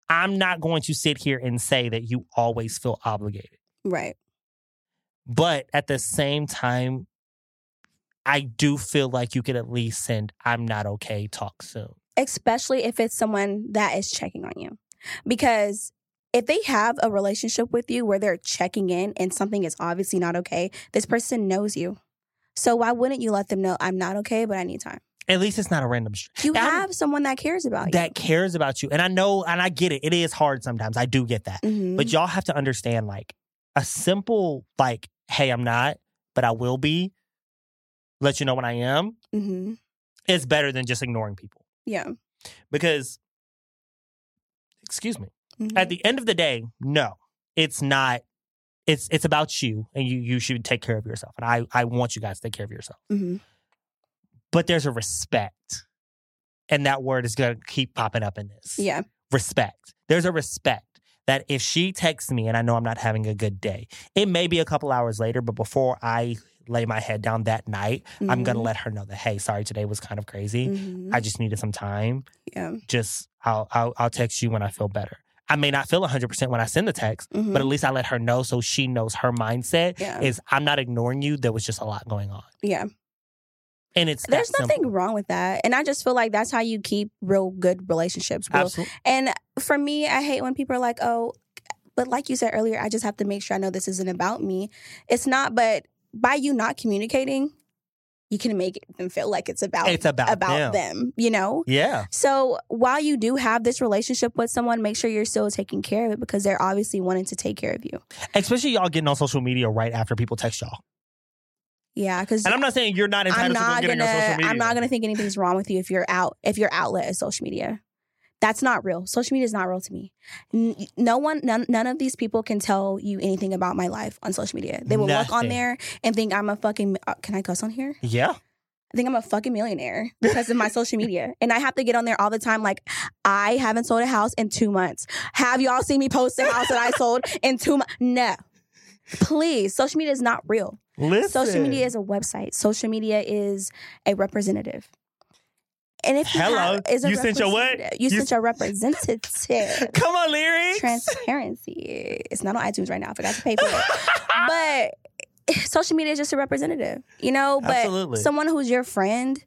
Speaker 3: I'm not going to sit here and say that you always feel obligated.
Speaker 4: right.
Speaker 3: But at the same time, I do feel like you could at least send I'm not okay, talk soon.
Speaker 4: Especially if it's someone that is checking on you. Because if they have a relationship with you where they're checking in and something is obviously not okay, this person knows you. So why wouldn't you let them know I'm not okay, but I need time?
Speaker 3: At least it's not a random str-
Speaker 4: You
Speaker 3: I'm-
Speaker 4: have someone that cares about
Speaker 3: that cares about you. And I know and I get it. It is hard sometimes. I do get that.
Speaker 4: you. Mhm.
Speaker 3: But y'all have to understand, like, a simple, like, hey, I'm not, but I will be, let you know when I am,
Speaker 4: Mhm.
Speaker 3: is better than just ignoring people.
Speaker 4: Yeah.
Speaker 3: Because, excuse me,
Speaker 4: Mhm.
Speaker 3: at the end of the day, no, it's not. It's it's about you, and you you should take care of yourself. And I I want you guys to take care of yourself.
Speaker 4: Mhm.
Speaker 3: But there's a respect, and that word is gonna keep popping up in this.
Speaker 4: Yeah.
Speaker 3: respect. There's a respect that if she texts me and I know I'm not having a good day, it may be a couple hours later, but before I lay my head down that night, I'm going to
Speaker 4: Mhm.
Speaker 3: let her know that, hey, sorry, today was kind of crazy.
Speaker 4: Mhm.
Speaker 3: I just needed some time.
Speaker 4: yeah.
Speaker 3: Just, I'll, I'll, I'll text you when I feel better. I may not feel 100% when I send the text,
Speaker 4: Mhm.
Speaker 3: but at least I let her know so she knows her mindset
Speaker 4: Yeah.
Speaker 3: is I'm not ignoring you. There was just a lot going on.
Speaker 4: yeah.
Speaker 3: And it's that
Speaker 4: There's nothing
Speaker 3: simple.
Speaker 4: wrong with that. And I just feel like that's how you keep real good relationships. real-
Speaker 3: Absolutely.
Speaker 4: And for me, I hate when people are like, oh, but like you said earlier, I just have to make sure I know this isn't about me. It's not, but by you not communicating, you can make them feel like it's about
Speaker 3: It's about,
Speaker 4: about
Speaker 3: them.
Speaker 4: them, you know?
Speaker 3: Yeah.
Speaker 4: So while you do have this relationship with someone, make sure you're still taking care of it because they're obviously wanting to take care of you.
Speaker 3: Especially y'all getting on social media right after people text y'all.
Speaker 4: Yeah, because
Speaker 3: And I'm not saying you're not
Speaker 4: I'm
Speaker 3: entitled
Speaker 4: not
Speaker 3: to go
Speaker 4: gonna.
Speaker 3: getting on social media.
Speaker 4: I'm not gonna think anything's wrong with you if you're out. If your outlet is social media, that's not real. Social media is not real to me. N- no one, none, none of these people can tell you anything about my life on social media. They will look
Speaker 3: Nothing.
Speaker 4: on there and think I'm a fucking. Uh, can I cuss on here?
Speaker 3: Yeah.
Speaker 4: I think I'm a fucking millionaire because of my social media, and I have to get on there all the time. Like, I haven't sold a house in two months. Have y'all seen me post a house that I sold in two months? No. Please, social media is not real.
Speaker 3: Listen.
Speaker 4: Social media is a website. Social media is a representative. And if you
Speaker 3: Hello.
Speaker 4: have- is a
Speaker 3: You sent your what?
Speaker 4: representative. You,
Speaker 3: You
Speaker 4: sent your representative.
Speaker 3: Come on, lyrics.
Speaker 4: Transparency. It's not on iTunes right now. I forgot to pay for it. but social media is just a representative, you know. But
Speaker 3: Absolutely.
Speaker 4: someone who's your friend,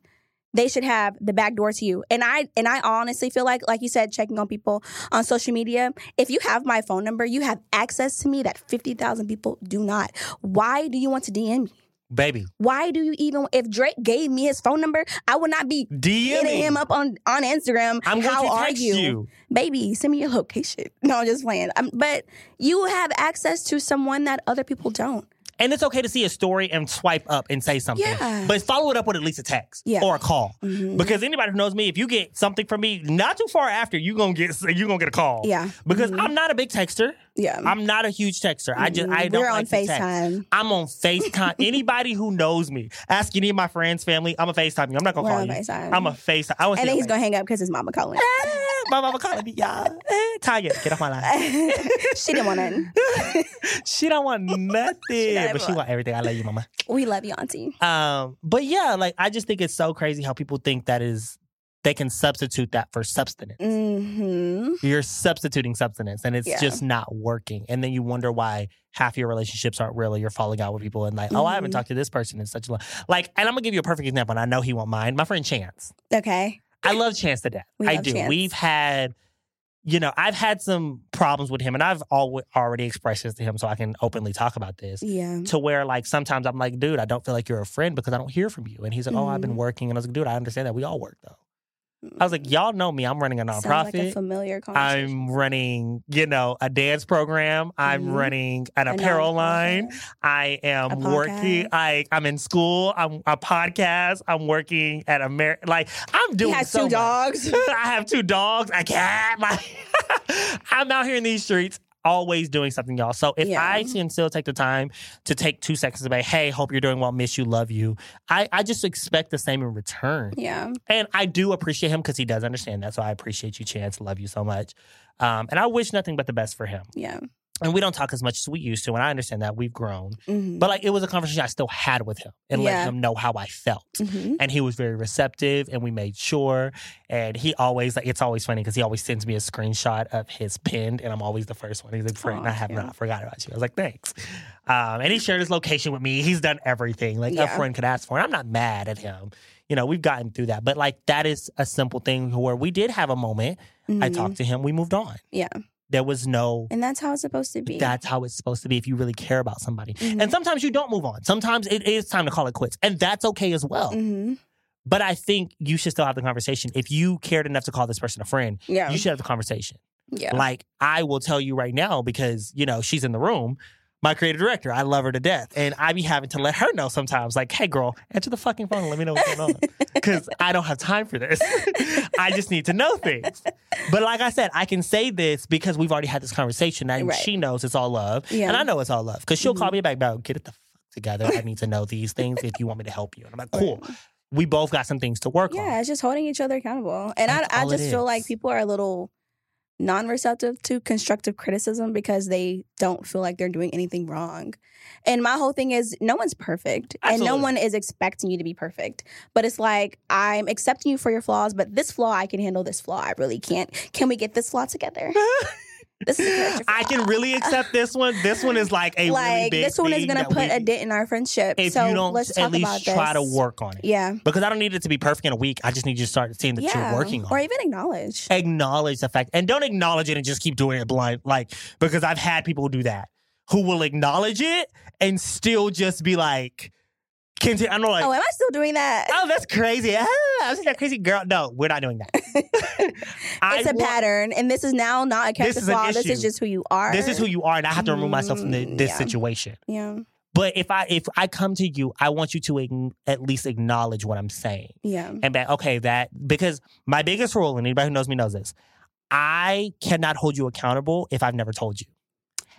Speaker 4: they should have the back door to you. And I and I honestly feel like, like you said, checking on people on social media. If you have my phone number, you have access to me that fifty thousand people do not. Why do you want to DM me?
Speaker 3: Baby,
Speaker 4: Why do you even? If Drake gave me his phone number, I would not be
Speaker 3: DM
Speaker 4: hitting him up on on Instagram.
Speaker 3: I'm going
Speaker 4: How
Speaker 3: to
Speaker 4: are
Speaker 3: text
Speaker 4: you?
Speaker 3: you?
Speaker 4: Baby, send me your location. No, I'm just playing. Um, but you have access to someone that other people don't.
Speaker 3: And it's okay to see a story and swipe up and say something.
Speaker 4: Yeah.
Speaker 3: But follow it up with at least a text
Speaker 4: Yeah.
Speaker 3: or a call.
Speaker 4: Mhm.
Speaker 3: Because anybody who knows me, if you get something from me not too far after, you're gonna get you're gonna get a call.
Speaker 4: Yeah.
Speaker 3: Because
Speaker 4: Mhm.
Speaker 3: I'm not a big texter.
Speaker 4: Yeah.
Speaker 3: I'm not a huge texter. I just I
Speaker 4: Mm-mm.
Speaker 3: don't
Speaker 4: We're on
Speaker 3: like to text.
Speaker 4: FaceTime.
Speaker 3: I'm on FaceTime. Anybody who knows me, ask any of my friends, family. I'm a FaceTime you. I'm not gonna
Speaker 4: We're
Speaker 3: call
Speaker 4: on
Speaker 3: you.
Speaker 4: FaceTime.
Speaker 3: I'm a FaceTime. I would
Speaker 4: and
Speaker 3: say
Speaker 4: then
Speaker 3: a
Speaker 4: he's
Speaker 3: FaceTime.
Speaker 4: gonna hang up because his mama calling.
Speaker 3: Ah, my mama calling me, y'all. Ah, Tanya, get off my line.
Speaker 4: she didn't want none.
Speaker 3: She don't want nothing,
Speaker 4: don't
Speaker 3: but she
Speaker 4: want-
Speaker 3: want everything. I love you, mama.
Speaker 4: We love you, auntie.
Speaker 3: Um, but yeah, like I just think it's so crazy how people think that is they can substitute that for substance.
Speaker 4: Mm-hmm.
Speaker 3: You're substituting substance, and it's
Speaker 4: Yeah.
Speaker 3: just not working. And then you wonder why half your relationships aren't real, or you're falling out with people, and like, oh, I haven't
Speaker 4: Mhm.
Speaker 3: talked to this person in such a long. Like, and I'm gonna give you a perfect example, and I know he won't mind. My friend Chance.
Speaker 4: Okay.
Speaker 3: I love Chance to death.
Speaker 4: We
Speaker 3: I
Speaker 4: love
Speaker 3: do.
Speaker 4: Chance.
Speaker 3: We've had, you know, I've had some problems with him, and I've al- already expressed this to him, so I can openly talk about this.
Speaker 4: Yeah.
Speaker 3: To where, like, sometimes I'm like, dude, I don't feel like you're a friend because I don't hear from you. And he's like, oh, I've been
Speaker 4: Mhm.
Speaker 3: working. And I was like, dude, I understand that. We all work, though. I was like, y'all know me. I'm running a
Speaker 4: Sounds
Speaker 3: nonprofit.
Speaker 4: Like a familiar conversation.
Speaker 3: I'm running, you know, a dance program. I'm
Speaker 4: Mhm.
Speaker 3: running an
Speaker 4: A
Speaker 3: apparel
Speaker 4: nonprofit.
Speaker 3: line. I
Speaker 4: A
Speaker 3: am
Speaker 4: podcast.
Speaker 3: working. I I'm in school. I'm a podcast. I'm working at Amer. Like I'm
Speaker 4: He
Speaker 3: doing.
Speaker 4: has
Speaker 3: so
Speaker 4: two
Speaker 3: much.
Speaker 4: dogs.
Speaker 3: I have two dogs, a cat. Like, I'm out here in these streets always doing something, y'all. So if
Speaker 4: Yeah.
Speaker 3: I can still take the time to take two seconds to say, hey, hope you're doing well, miss you, love you, I, I just expect the same in return.
Speaker 4: yeah.
Speaker 3: And I do appreciate him because he does understand that. So I appreciate you, Chance. Love you so much. Um, and I wish nothing but the best for him.
Speaker 4: Yeah.
Speaker 3: And we don't talk as much as we used to. And I understand that we've grown.
Speaker 4: Mm-hmm.
Speaker 3: But like it was a conversation I still had with him and let
Speaker 4: Yeah.
Speaker 3: him know how I felt
Speaker 4: hmm
Speaker 3: and he was very receptive and we made sure and he always like it's always funny because he always sends me a screenshot of his pinned and i'm always the first one he's like friend i
Speaker 4: Aw,
Speaker 3: have
Speaker 4: cute.
Speaker 3: not forgot about you i was like thanks um, and he shared his location with me he's done everything like a
Speaker 4: Yeah.
Speaker 3: friend could ask for and i'm not mad at him you know we've gotten through that but like that is a simple thing where we did have a moment i talked to him we moved on
Speaker 4: Mm-hmm. Yeah.
Speaker 3: there was no
Speaker 4: And that's how it's supposed to be.
Speaker 3: that's how it's supposed to be if you really care about somebody
Speaker 4: Mhm.
Speaker 3: and sometimes you don't move on sometimes it is time to call it quits and that's okay as well
Speaker 4: hmm
Speaker 3: but I think you should still have the conversation. If you cared enough to call this person a friend,
Speaker 4: Yeah.
Speaker 3: you should have the conversation.
Speaker 4: yeah.
Speaker 3: Like I will tell you right now because you know she's in the room. My creative director, I love her to death, and I be having to let her know sometimes, like, "Hey, girl, answer the fucking phone. and Let me know what's going on, because I don't have time for this. I just need to know things." But like I said, I can say this because we've already had this conversation, and
Speaker 4: Right.
Speaker 3: she knows it's all love,
Speaker 4: Yeah.
Speaker 3: and I know it's all love because she'll call
Speaker 4: Mhm.
Speaker 3: me back, "Bro, get it the fuck together. I need to know these things if you want me to help you." And I'm like, "Cool." we both got some things to work
Speaker 4: Yeah, it's just holding each other accountable. And I,
Speaker 3: That's
Speaker 4: I
Speaker 3: all it
Speaker 4: just feel like
Speaker 3: is.
Speaker 4: people are a little non receptive to constructive criticism because they don't feel like they're doing anything wrong. And my whole thing is no one's perfect and
Speaker 3: Absolutely.
Speaker 4: no one is expecting you to be perfect. But it's like, I'm accepting you for your flaws, but this flaw, I can handle this flaw. I really can't. Can we get this flaw together? this is a
Speaker 3: on.
Speaker 4: character
Speaker 3: I
Speaker 4: flaw.
Speaker 3: can really accept this one. This one is like a
Speaker 4: like
Speaker 3: really big
Speaker 4: this one is
Speaker 3: thing
Speaker 4: gonna
Speaker 3: that
Speaker 4: put
Speaker 3: we-
Speaker 4: a dent in our friendship.
Speaker 3: If
Speaker 4: so
Speaker 3: you don't
Speaker 4: let's talk
Speaker 3: at
Speaker 4: about
Speaker 3: least
Speaker 4: this.
Speaker 3: try to work on it,
Speaker 4: Yeah,
Speaker 3: because I don't need it to be perfect in a week. I just need you to start seeing that
Speaker 4: yeah,
Speaker 3: you're working on.
Speaker 4: or
Speaker 3: it.
Speaker 4: even acknowledge.
Speaker 3: acknowledge the fact, and don't acknowledge it and just keep doing it blind. Like because I've had people do that who will acknowledge it and still just be like, "Continue." I'm like,
Speaker 4: oh, am I still doing that?
Speaker 3: "Oh, that's crazy." Ah, I'm just that crazy girl. No, we're not doing that.
Speaker 4: it's a
Speaker 3: want-
Speaker 4: pattern, and this is now not a character
Speaker 3: This is an
Speaker 4: flaw. This is
Speaker 3: issue.
Speaker 4: just who you are.
Speaker 3: This is who you are, and I have to remove myself from the,
Speaker 4: Mm,
Speaker 3: this
Speaker 4: yeah.
Speaker 3: situation.
Speaker 4: Yeah,
Speaker 3: But if I if I come to you, I want you to ign- at least acknowledge what I'm saying
Speaker 4: yeah,
Speaker 3: and be okay that because my biggest rule, and anybody who knows me knows this, I cannot hold you accountable if I've never told you.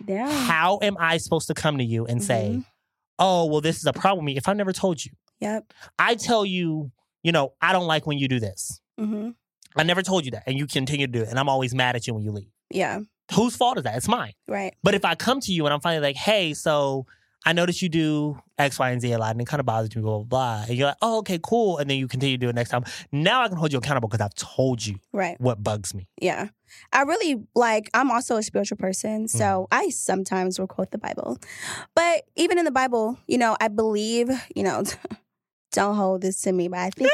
Speaker 4: yeah. Mm-hmm.
Speaker 3: How am I supposed to come to you and say, "Oh, well, this is a problem with me"? If I've never told you,
Speaker 4: Yep.
Speaker 3: I tell you, you know, I don't like when you do this.
Speaker 4: Mm-hmm.
Speaker 3: I never told you that, and you continue to do it, and I'm always mad at you when you leave.
Speaker 4: Yeah.
Speaker 3: Whose fault is that? It's mine.
Speaker 4: Right.
Speaker 3: But if I come to you and I'm finally like, hey, so I noticed you do X, Y, and Z a lot and it kind of bothers me, blah, blah, blah. And you're like, oh, okay, cool. And then you continue to do it next time. Now I can hold you accountable because I've told you
Speaker 4: Right.
Speaker 3: what bugs me.
Speaker 4: Yeah. I really like, I'm also a spiritual person,
Speaker 3: Mm-hmm.
Speaker 4: so I sometimes will quote the Bible. But even in the Bible, you know, I believe, you know, don't hold this to me, but I think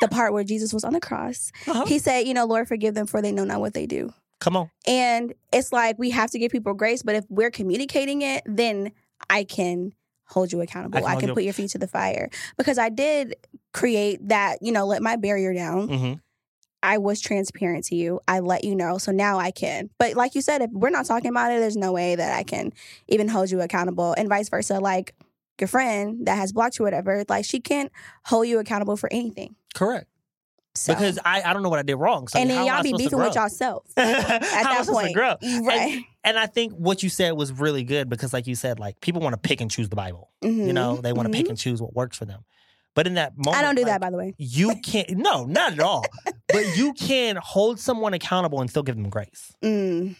Speaker 4: the part where Jesus was on the cross,
Speaker 3: Uh-huh.
Speaker 4: he said, you know, Lord, forgive them for they know not what they do.
Speaker 3: Come on.
Speaker 4: And it's like we have to give people grace, but if we're communicating it, then I can hold you accountable.
Speaker 3: I
Speaker 4: I
Speaker 3: can
Speaker 4: can,
Speaker 3: hold you-
Speaker 4: put your feet to the fire because I did create that, you know, let my barrier down.
Speaker 3: hmm
Speaker 4: I was transparent to you. I let you know. So now I can. But like you said, if we're not talking about it, there's no way that I can even hold you accountable and vice versa. Like your friend that has blocked you, whatever, like she can't hold you accountable for anything.
Speaker 3: Correct.
Speaker 4: So.
Speaker 3: Because I, I don't know what I did wrong. So
Speaker 4: and
Speaker 3: how
Speaker 4: then
Speaker 3: am I
Speaker 4: y'all be
Speaker 3: supposed to
Speaker 4: beefing with
Speaker 3: grow?
Speaker 4: yourself
Speaker 3: at
Speaker 4: at that point.
Speaker 3: grow?
Speaker 4: You- Right.
Speaker 3: And I think what you said was really good because, like you said, like people want to pick and choose the Bible. You
Speaker 4: Mhm.
Speaker 3: know, they want to
Speaker 4: Mhm.
Speaker 3: pick and choose what works for them. But in that moment,
Speaker 4: I don't do
Speaker 3: like,
Speaker 4: that, by the way.
Speaker 3: You can't. No, not at all. but you can hold someone accountable and still give them grace.
Speaker 4: Mm.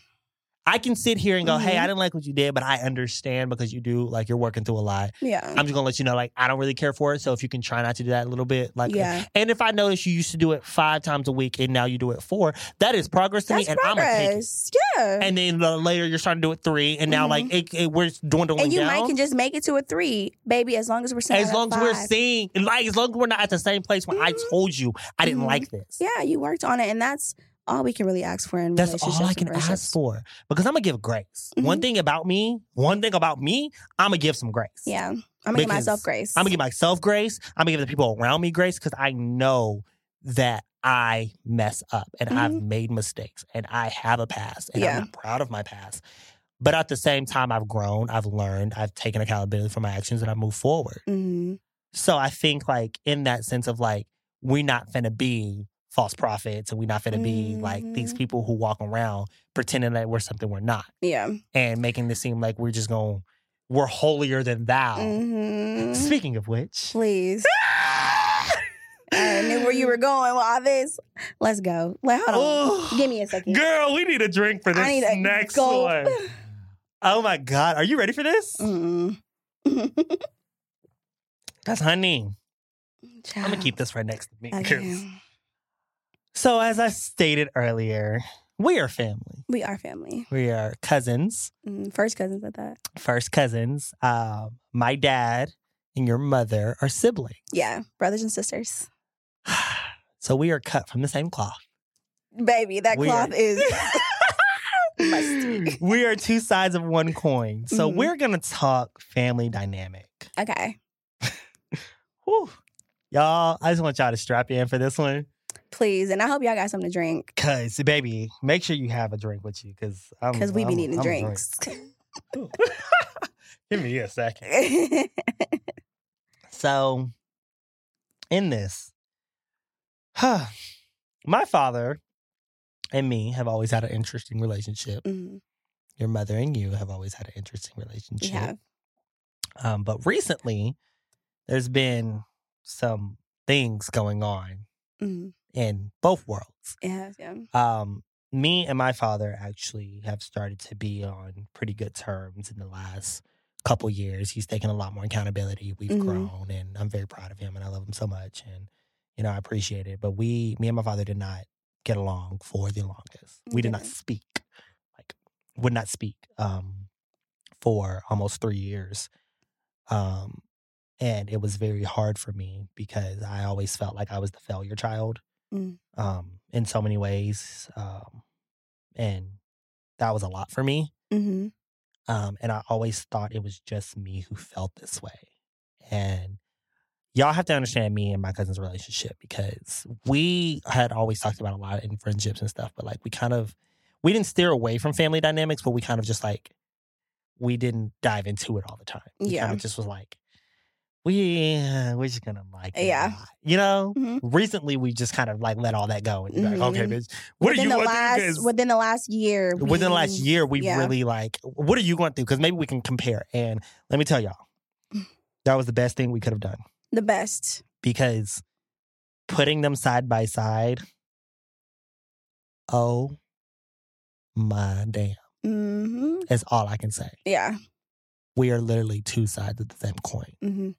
Speaker 3: I can sit here and go, "Hey,
Speaker 4: Mhm.
Speaker 3: I didn't like what you did, but I understand because you do like you're working through a lot.
Speaker 4: Yeah.
Speaker 3: I'm just gonna let you know, like I don't really care for it. So if you can try not to do that a little bit, like,
Speaker 4: Yeah.
Speaker 3: and if I notice you used to do it five times a week and now you do it four, that is progress to
Speaker 4: That's
Speaker 3: me, and I'm gonna take it.
Speaker 4: progress. Yeah.
Speaker 3: And then uh, later you're starting to do it three, and now like it, it, we're dwindling
Speaker 4: Mm-hmm. And you
Speaker 3: down.
Speaker 4: might can just make it to a three, baby, as long as we're saying
Speaker 3: as long as we're seeing, like, as long as we're not at the same place when I
Speaker 4: Mhm.
Speaker 3: told you I didn't
Speaker 4: Mhm.
Speaker 3: like this.
Speaker 4: Yeah, you worked on it, and that's all we can really ask for in
Speaker 3: That's
Speaker 4: relationships.
Speaker 3: all I
Speaker 4: and
Speaker 3: can ask
Speaker 4: friendships.
Speaker 3: for because I'm gonna give grace. One thing about me, one thing about me, I'm gonna give some grace.
Speaker 4: Yeah, I'm gonna give
Speaker 3: Because
Speaker 4: myself grace.
Speaker 3: I'm gonna give myself grace. I'm gonna give the people around me grace because I know that I mess up and I've made mistakes and I have a past and
Speaker 4: Yeah.
Speaker 3: I'm not proud of my past. But at the same time, I've grown, I've learned, I've taken accountability for my actions and I've moved forward.
Speaker 4: hmm
Speaker 3: So I think like in that sense of like, we're not finna be false prophets and we're not finna be like these
Speaker 4: Mhm.
Speaker 3: people who walk around pretending that we're something we're not
Speaker 4: Yeah.
Speaker 3: and making this seem like we're just gonna we're holier than thou.
Speaker 4: hmm
Speaker 3: Speaking of which,
Speaker 4: Please. I knew where you were going with all this. Let's go. Like, hold
Speaker 3: Ugh.
Speaker 4: on. Give me a second.
Speaker 3: Girl, we need a drink for this
Speaker 4: I need a
Speaker 3: next
Speaker 4: gulp.
Speaker 3: one. Oh my God. Are you ready for this?
Speaker 4: Mm.
Speaker 3: That's honey. I'm going to
Speaker 4: Child.
Speaker 3: keep this right next to me. because-
Speaker 4: Okay.
Speaker 3: So, as I stated earlier, we are family.
Speaker 4: We are family.
Speaker 3: We are cousins,
Speaker 4: Mm, First cousins at that.
Speaker 3: first cousins. Um, my dad and your mother are siblings.
Speaker 4: Yeah. Brothers and sisters.
Speaker 3: So, we are cut from the same cloth.
Speaker 4: Baby, that
Speaker 3: We are-
Speaker 4: cloth is musty.
Speaker 3: we are two sides of one coin. So,
Speaker 4: Mhm.
Speaker 3: we're going to talk family dynamic.
Speaker 4: Okay.
Speaker 3: Whew. Y'all, I just want y'all to strap in for this one.
Speaker 4: Please. And I hope y'all got something to drink.
Speaker 3: Cause baby, make sure you have a drink with you. Cause I'm
Speaker 4: Because we be
Speaker 3: I'm-
Speaker 4: needing
Speaker 3: I'm a drink.
Speaker 4: drinks.
Speaker 3: Give me a second. So in this, huh, my father and me have always had an interesting relationship.
Speaker 4: Mhm.
Speaker 3: Your mother and you have always had an interesting
Speaker 4: We
Speaker 3: relationship.
Speaker 4: have.
Speaker 3: Um, but recently there's been some things going on
Speaker 4: Mm.
Speaker 3: in both worlds.
Speaker 4: It has, yeah.
Speaker 3: um, me and my father actually have started to be on pretty good terms in the last couple years. He's taken a lot more accountability. We've
Speaker 4: Mhm.
Speaker 3: grown, and I'm very proud of him, and I love him so much, and you know I appreciate it. But we, me and my father, did not get along for the longest. We did not
Speaker 4: Okay.
Speaker 3: speak, like would not speak, um, for almost three years. Um, and it was very hard for me because I always felt like I was the failure child
Speaker 4: Mm.
Speaker 3: um, in so many ways. Um, and that was a lot for me.
Speaker 4: Mm-hmm.
Speaker 3: Um, and I always thought it was just me who felt this way. And y'all have to understand me and my cousin's relationship because we had always talked about a lot in friendships and stuff, but like we kind of we didn't steer away from family dynamics, but we kind of just like we didn't dive into it all the time. We
Speaker 4: Yeah.
Speaker 3: kind of just was like, we uh, we're just gonna like, it a
Speaker 4: Yeah.
Speaker 3: lot," you know.
Speaker 4: Mhm.
Speaker 3: Recently, we just kind of like let all that go and be like, okay,
Speaker 4: Mhm.
Speaker 3: bitch, what
Speaker 4: within
Speaker 3: are
Speaker 4: the
Speaker 3: you
Speaker 4: last
Speaker 3: Because
Speaker 4: within the last year
Speaker 3: within the last
Speaker 4: we've-
Speaker 3: year, we
Speaker 4: yeah.
Speaker 3: really like, what are you going through? Because maybe we can compare. And let me tell y'all, that was the best thing we could have done
Speaker 4: the best
Speaker 3: because putting them side by side, oh my damn,
Speaker 4: hmm
Speaker 3: is all I can say.
Speaker 4: yeah
Speaker 3: We are literally two sides of the same coin.
Speaker 4: hmm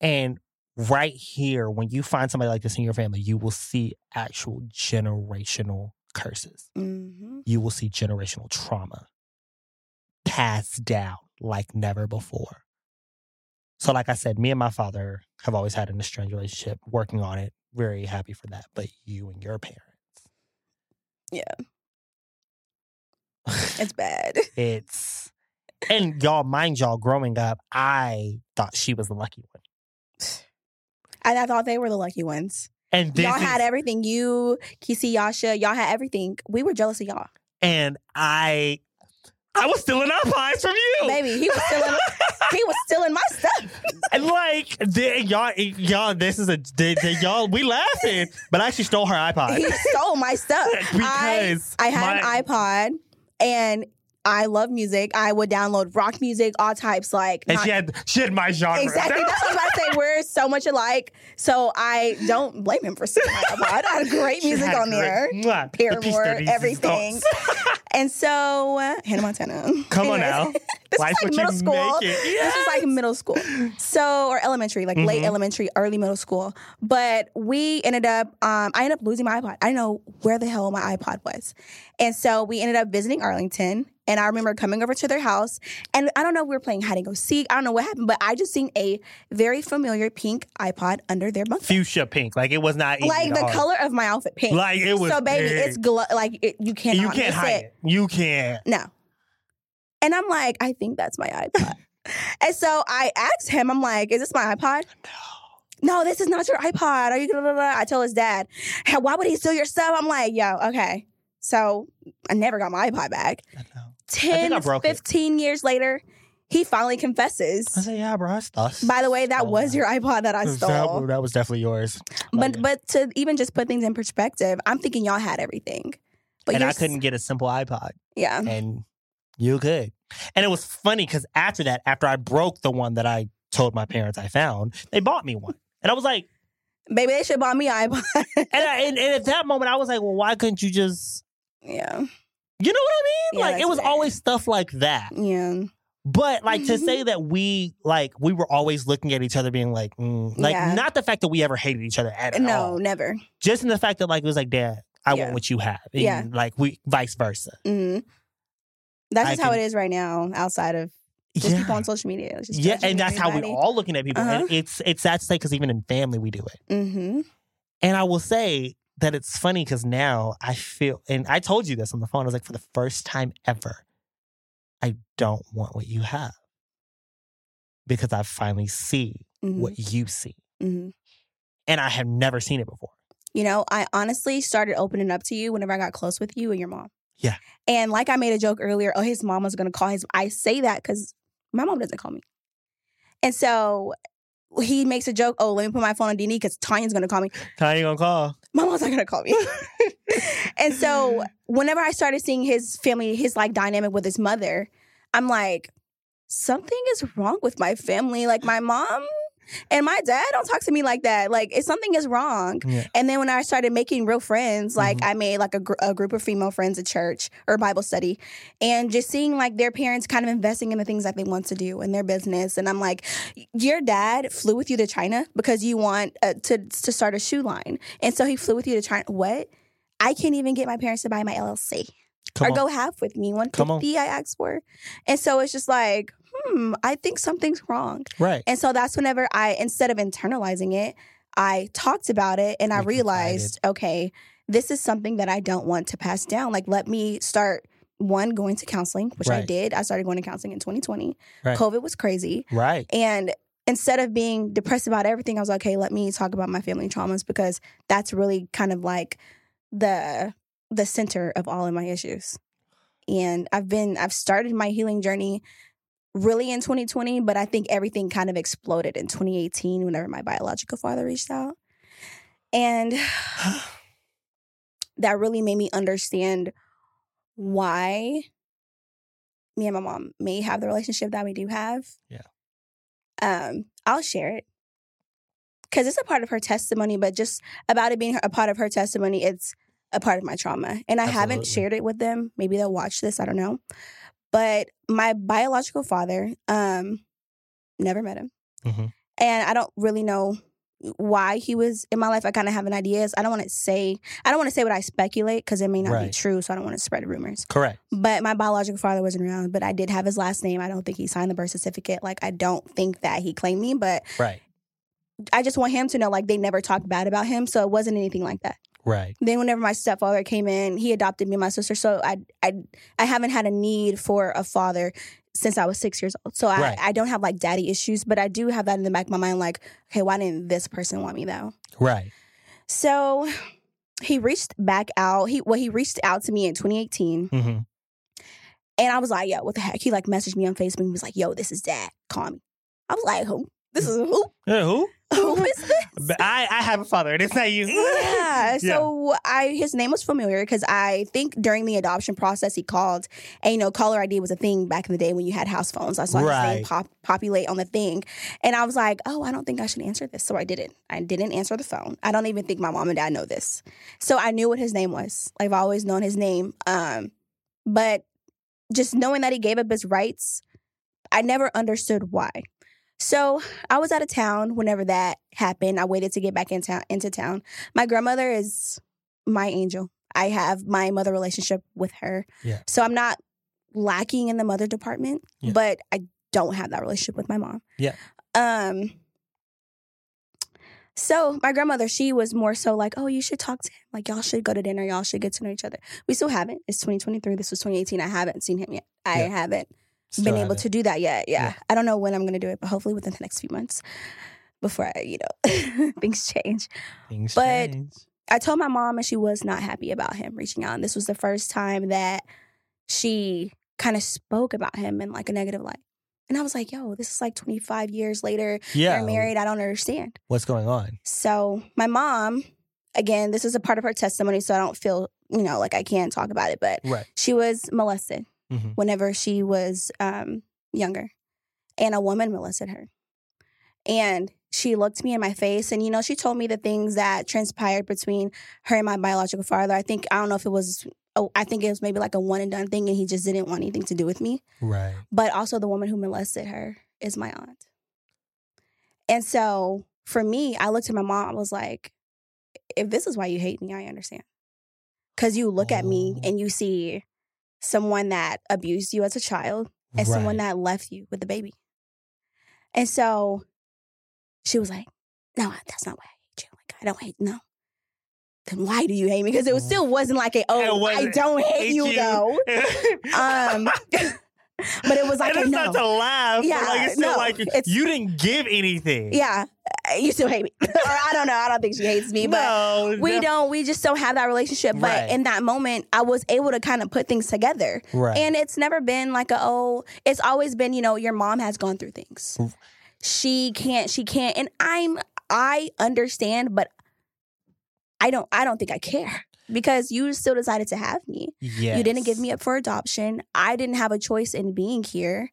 Speaker 3: And right here, when you find somebody like this in your family, you will see actual generational curses.
Speaker 4: hmm
Speaker 3: you will see generational trauma passed down like never before. So, like I said, me and my father have always had an estranged relationship, working on it, very happy for that. But you and your parents, yeah,
Speaker 4: it's bad
Speaker 3: it's and y'all, mind y'all, growing up, I thought she was the lucky one,
Speaker 4: and i thought they were the lucky ones
Speaker 3: and this
Speaker 4: y'all
Speaker 3: is-
Speaker 4: had everything you kisi yasha y'all had everything we were jealous of y'all
Speaker 3: and I, I was stealing iPods from you,
Speaker 4: baby he was still in he was stealing my stuff.
Speaker 3: And like the, y'all, y'all, this is a the, the, y'all. We laughing, but I actually stole her iPod.
Speaker 4: He stole my stuff. I,
Speaker 3: Because
Speaker 4: I had
Speaker 3: my-
Speaker 4: an iPod and I love music. I would download rock music, all types, like
Speaker 3: And
Speaker 4: not-
Speaker 3: she had she had my genre.
Speaker 4: Exactly. That's what I was about to say. We're so much alike. So I don't blame him for stealing my iPod. I had great
Speaker 3: She
Speaker 4: music
Speaker 3: had
Speaker 4: on
Speaker 3: great-
Speaker 4: there.
Speaker 3: Mwah. The piece
Speaker 4: Paramore,
Speaker 3: that he
Speaker 4: everything.
Speaker 3: stole.
Speaker 4: and so uh, Hannah Montana.
Speaker 3: Come on
Speaker 4: Anyways,
Speaker 3: now.
Speaker 4: This
Speaker 3: Life's
Speaker 4: was
Speaker 3: what you
Speaker 4: like middle school.
Speaker 3: make it.
Speaker 4: This was like middle school. So or elementary, like
Speaker 3: Mm-hmm.
Speaker 4: late elementary, early middle school. But we ended up um, I ended up losing my iPod. I didn't know where the hell my iPod was. And so we ended up visiting Arlington. And I remember coming over to their house, and I don't know if we were playing hide and go seek. I don't know what happened, but I just seen a very familiar pink iPod under their bunk.
Speaker 3: Fuchsia pink. Like it was not easy
Speaker 4: Like
Speaker 3: at
Speaker 4: the
Speaker 3: all.
Speaker 4: color of my outfit, pink.
Speaker 3: Like it was.
Speaker 4: so, baby,
Speaker 3: pink.
Speaker 4: it's glo- like it, you can't.
Speaker 3: you can't hide it. You can't.
Speaker 4: No. And I'm like, I think that's my iPod. and so I asked him, I'm like, is this my iPod? No, this is not your iPod. Are you gonna? blah, blah, blah?" I told his dad, "Hey, why would he steal your stuff? I'm like, yo, okay. So I never got my iPod back.
Speaker 3: I know. I
Speaker 4: 10,
Speaker 3: broke it.
Speaker 4: 15 years later, he finally
Speaker 3: I
Speaker 4: confesses.
Speaker 3: said, yeah, bro, I stole.
Speaker 4: By the way, that
Speaker 3: stole
Speaker 4: was
Speaker 3: that.
Speaker 4: your iPod that I
Speaker 3: That,
Speaker 4: stole.
Speaker 3: that was definitely yours.
Speaker 4: But but to even just put things in perspective, I'm thinking y'all had everything. But
Speaker 3: and
Speaker 4: you're
Speaker 3: I
Speaker 4: s-
Speaker 3: couldn't get a simple iPod,
Speaker 4: Yeah.
Speaker 3: and you could. And it was funny because after that, after I broke the one that I told my parents I found, they bought me one, and I was like,
Speaker 4: Maybe they should buy me iPod.
Speaker 3: and, I, and, and at that moment, I was like, well, why couldn't you just,
Speaker 4: yeah.
Speaker 3: you know
Speaker 4: Yeah,
Speaker 3: what I mean? like it
Speaker 4: that's
Speaker 3: was
Speaker 4: right.
Speaker 3: always stuff like that.
Speaker 4: Yeah.
Speaker 3: But like to say that we like we were always looking at each other, being like, mm, like
Speaker 4: Yeah.
Speaker 3: not the fact that we ever hated each other at
Speaker 4: no,
Speaker 3: all,
Speaker 4: never.
Speaker 3: just in the fact that like it was like, Dad, I
Speaker 4: Yeah.
Speaker 3: want what you have, and,
Speaker 4: Yeah.
Speaker 3: like we vice versa.
Speaker 4: Mhm. That's
Speaker 3: I
Speaker 4: just how
Speaker 3: can-
Speaker 4: it is right now. Outside of just people on social media, It's just
Speaker 3: yeah, and that's how we all looking at people.
Speaker 4: Uh-huh.
Speaker 3: And it's it's sad to say because even in family we do it.
Speaker 4: Mm-hmm.
Speaker 3: And I will say that it's funny because now I feel, and I told you this on the phone. I was like, for the first time ever, I don't want what you have because I finally see
Speaker 4: Mhm.
Speaker 3: what you see,
Speaker 4: hmm
Speaker 3: and I have never seen it before.
Speaker 4: You know, I honestly started opening up to you whenever I got close with you and your mom.
Speaker 3: Yeah.
Speaker 4: And like I made a joke earlier, oh, his mom was gonna call his. I say that because my mom doesn't call me, and so he makes a joke. Oh, let me put my phone on DD because Tanya's gonna call me.
Speaker 3: Kanye gonna call.
Speaker 4: my mom's not gonna call me. and so whenever I started seeing his family, his like dynamic with his mother, I'm like, something is wrong with my family. Like my mom and my dad don't talk to me like that. Like if something is wrong.
Speaker 3: Yeah.
Speaker 4: And then when I started making real friends, like
Speaker 3: Mhm.
Speaker 4: I made like a, gr- a group of female friends at church or Bible study, and just seeing like their parents kind of investing in the things that they want to do in their business. And I'm like, your dad flew with you to China because you want uh, to to start a shoe line, and so he flew with you to China. What? I can't even get my parents to buy my LLC
Speaker 3: Come
Speaker 4: or
Speaker 3: on.
Speaker 4: go half with me. One
Speaker 3: Come on.
Speaker 4: fifty I asked for, and so it's just like, hmm, I think something's wrong.
Speaker 3: right.
Speaker 4: And so that's whenever I, instead of internalizing it, I talked about it and I
Speaker 3: You
Speaker 4: realized, okay, this is something that I don't want to pass down. Like, let me start one going to counseling, which I
Speaker 3: Right.
Speaker 4: did. I started going to counseling in 2020.
Speaker 3: Right.
Speaker 4: COVID was crazy.
Speaker 3: Right.
Speaker 4: And instead of being depressed about everything, I was like, okay, let me talk about my family traumas because that's really kind of like the the center of all of my issues. And I've been I've started my healing journey really in 2020, but I think everything kind of exploded in 2018 whenever my biological father reached out. And that really made me understand why me and my mom may have the relationship that we do have.
Speaker 3: Yeah.
Speaker 4: Um, I'll share it because it's a part of her testimony, but just about it being her- a part of her testimony, it's a part of my trauma. And I haven't
Speaker 3: Absolutely.
Speaker 4: shared it with them. Maybe they'll watch this. I don't know. But my biological father, um, never met him.
Speaker 3: Mhm.
Speaker 4: And I don't really know why he was in my life. I kind of have an idea. So I don't want to say, I don't want to say what I speculate because it may not be
Speaker 3: Right.
Speaker 4: true. So I don't want to spread rumors.
Speaker 3: Correct.
Speaker 4: But my biological father wasn't around, but I did have his last name. I don't think he signed the birth certificate. Like, I don't think that he claimed me, but
Speaker 3: Right.
Speaker 4: I just want him to know, like, they never talked bad about him. So it wasn't anything like that.
Speaker 3: Right.
Speaker 4: Then, whenever my stepfather came in, he adopted me and my sister. So I, I, I haven't had a need for a father since I was six years old. So I,
Speaker 3: Right.
Speaker 4: I don't have like daddy issues, but I do have that in the back of my mind, like, okay, why didn't this person want me though?
Speaker 3: Right.
Speaker 4: So
Speaker 3: Mm-hmm.
Speaker 4: he reached back out. He, well, he reached out to me in 2018.
Speaker 3: hmm
Speaker 4: And I was like, yo, what the heck? He like messaged me on Facebook and was like, yo, this is dad. Call me. I was like, who? This is who?
Speaker 3: Yeah, Uh, who?
Speaker 4: Who is this?
Speaker 3: But I, I have a father, and it's not you.
Speaker 4: yeah. So I his name was familiar because I think during the adoption process he called and you know caller ID was a thing back in the day when you had house phones. I saw his
Speaker 3: Right.
Speaker 4: name pop, populate on the thing, and I was like, oh, I don't think I should answer this, so I didn't. I didn't answer the phone. I don't even think my mom and dad know this, so I knew what his name was. I've always known his name, um, but just knowing that he gave up his rights, I never understood why. So I was out of town whenever that happened. I waited to get back in town, into town. My grandmother is my angel. I have my mother relationship with her.
Speaker 3: Yeah.
Speaker 4: So I'm not lacking in the mother department,
Speaker 3: Yeah.
Speaker 4: but I don't have that relationship with my mom.
Speaker 3: Yeah.
Speaker 4: Um so my grandmother, she was more so like, "Oh, you should talk to him. Like y'all should go to dinner. Y'all should get to know each other." We still haven't. It's 2023. This was 2018. I haven't seen him yet. I
Speaker 3: Yeah.
Speaker 4: haven't
Speaker 3: Still
Speaker 4: been able
Speaker 3: haven't.
Speaker 4: to do that yet. Yeah.
Speaker 3: Yeah.
Speaker 4: I don't know when I'm going to do it, but hopefully within the next few months before I, you know, things change.
Speaker 3: Things
Speaker 4: but-
Speaker 3: change.
Speaker 4: I told my mom and she was not happy about him reaching out. And this was the first time that she kind of spoke about him in like a negative light. And I was like, yo, this is like 25 years later.
Speaker 3: yeah, um,
Speaker 4: You're married. I don't understand.
Speaker 3: What's going on?
Speaker 4: So my mom, again, this is a part of her testimony, so I don't feel, you know, like I can talk about it, but
Speaker 3: Right.
Speaker 4: she was molested
Speaker 3: Mhm.
Speaker 4: whenever she was um, younger, and a woman molested her. And she looked me in my face, and you know, she told me the things that transpired between her and my biological father. I think I don't know if it was. Oh, I think it was maybe like a one and done thing, and he just didn't want anything to do with me.
Speaker 3: Right.
Speaker 4: But also, the woman who molested her is my aunt. And so, for me, I looked at my mom. I was like, "If this is why you hate me, I understand." Because you look at me
Speaker 3: Oh.
Speaker 4: and you see someone that abused you as a child and someone that left you with the baby. And so, she was like, "No, that's not why I hate you. Like, I don't hate no." Then why do you hate me? Because it was still wasn't like a oh I
Speaker 3: wasn't
Speaker 4: don't hate,
Speaker 3: hate
Speaker 4: you,
Speaker 3: you."
Speaker 4: though. Um, but it was like
Speaker 3: and
Speaker 4: a
Speaker 3: it's
Speaker 4: no.
Speaker 3: not to laugh. Yeah,
Speaker 4: Yeah,
Speaker 3: but like it's still
Speaker 4: no,
Speaker 3: like
Speaker 4: it's-
Speaker 3: you didn't give anything.
Speaker 4: yeah, uh, you still hate me. or I don't know. I don't think she hates me, but
Speaker 3: no,
Speaker 4: we don't. We just don't have that relationship. But
Speaker 3: Right.
Speaker 4: in that moment, I was able to kind of put things together,
Speaker 3: don't. Right.
Speaker 4: and it's never been like a oh. It's always been you know your mom has gone through things.
Speaker 3: Mm.
Speaker 4: She can't. She can't. And I'm. I understand, but I don't. I don't think I care because you still decided to have me.
Speaker 3: yes.
Speaker 4: You didn't give me up for adoption. I didn't have a choice in being here.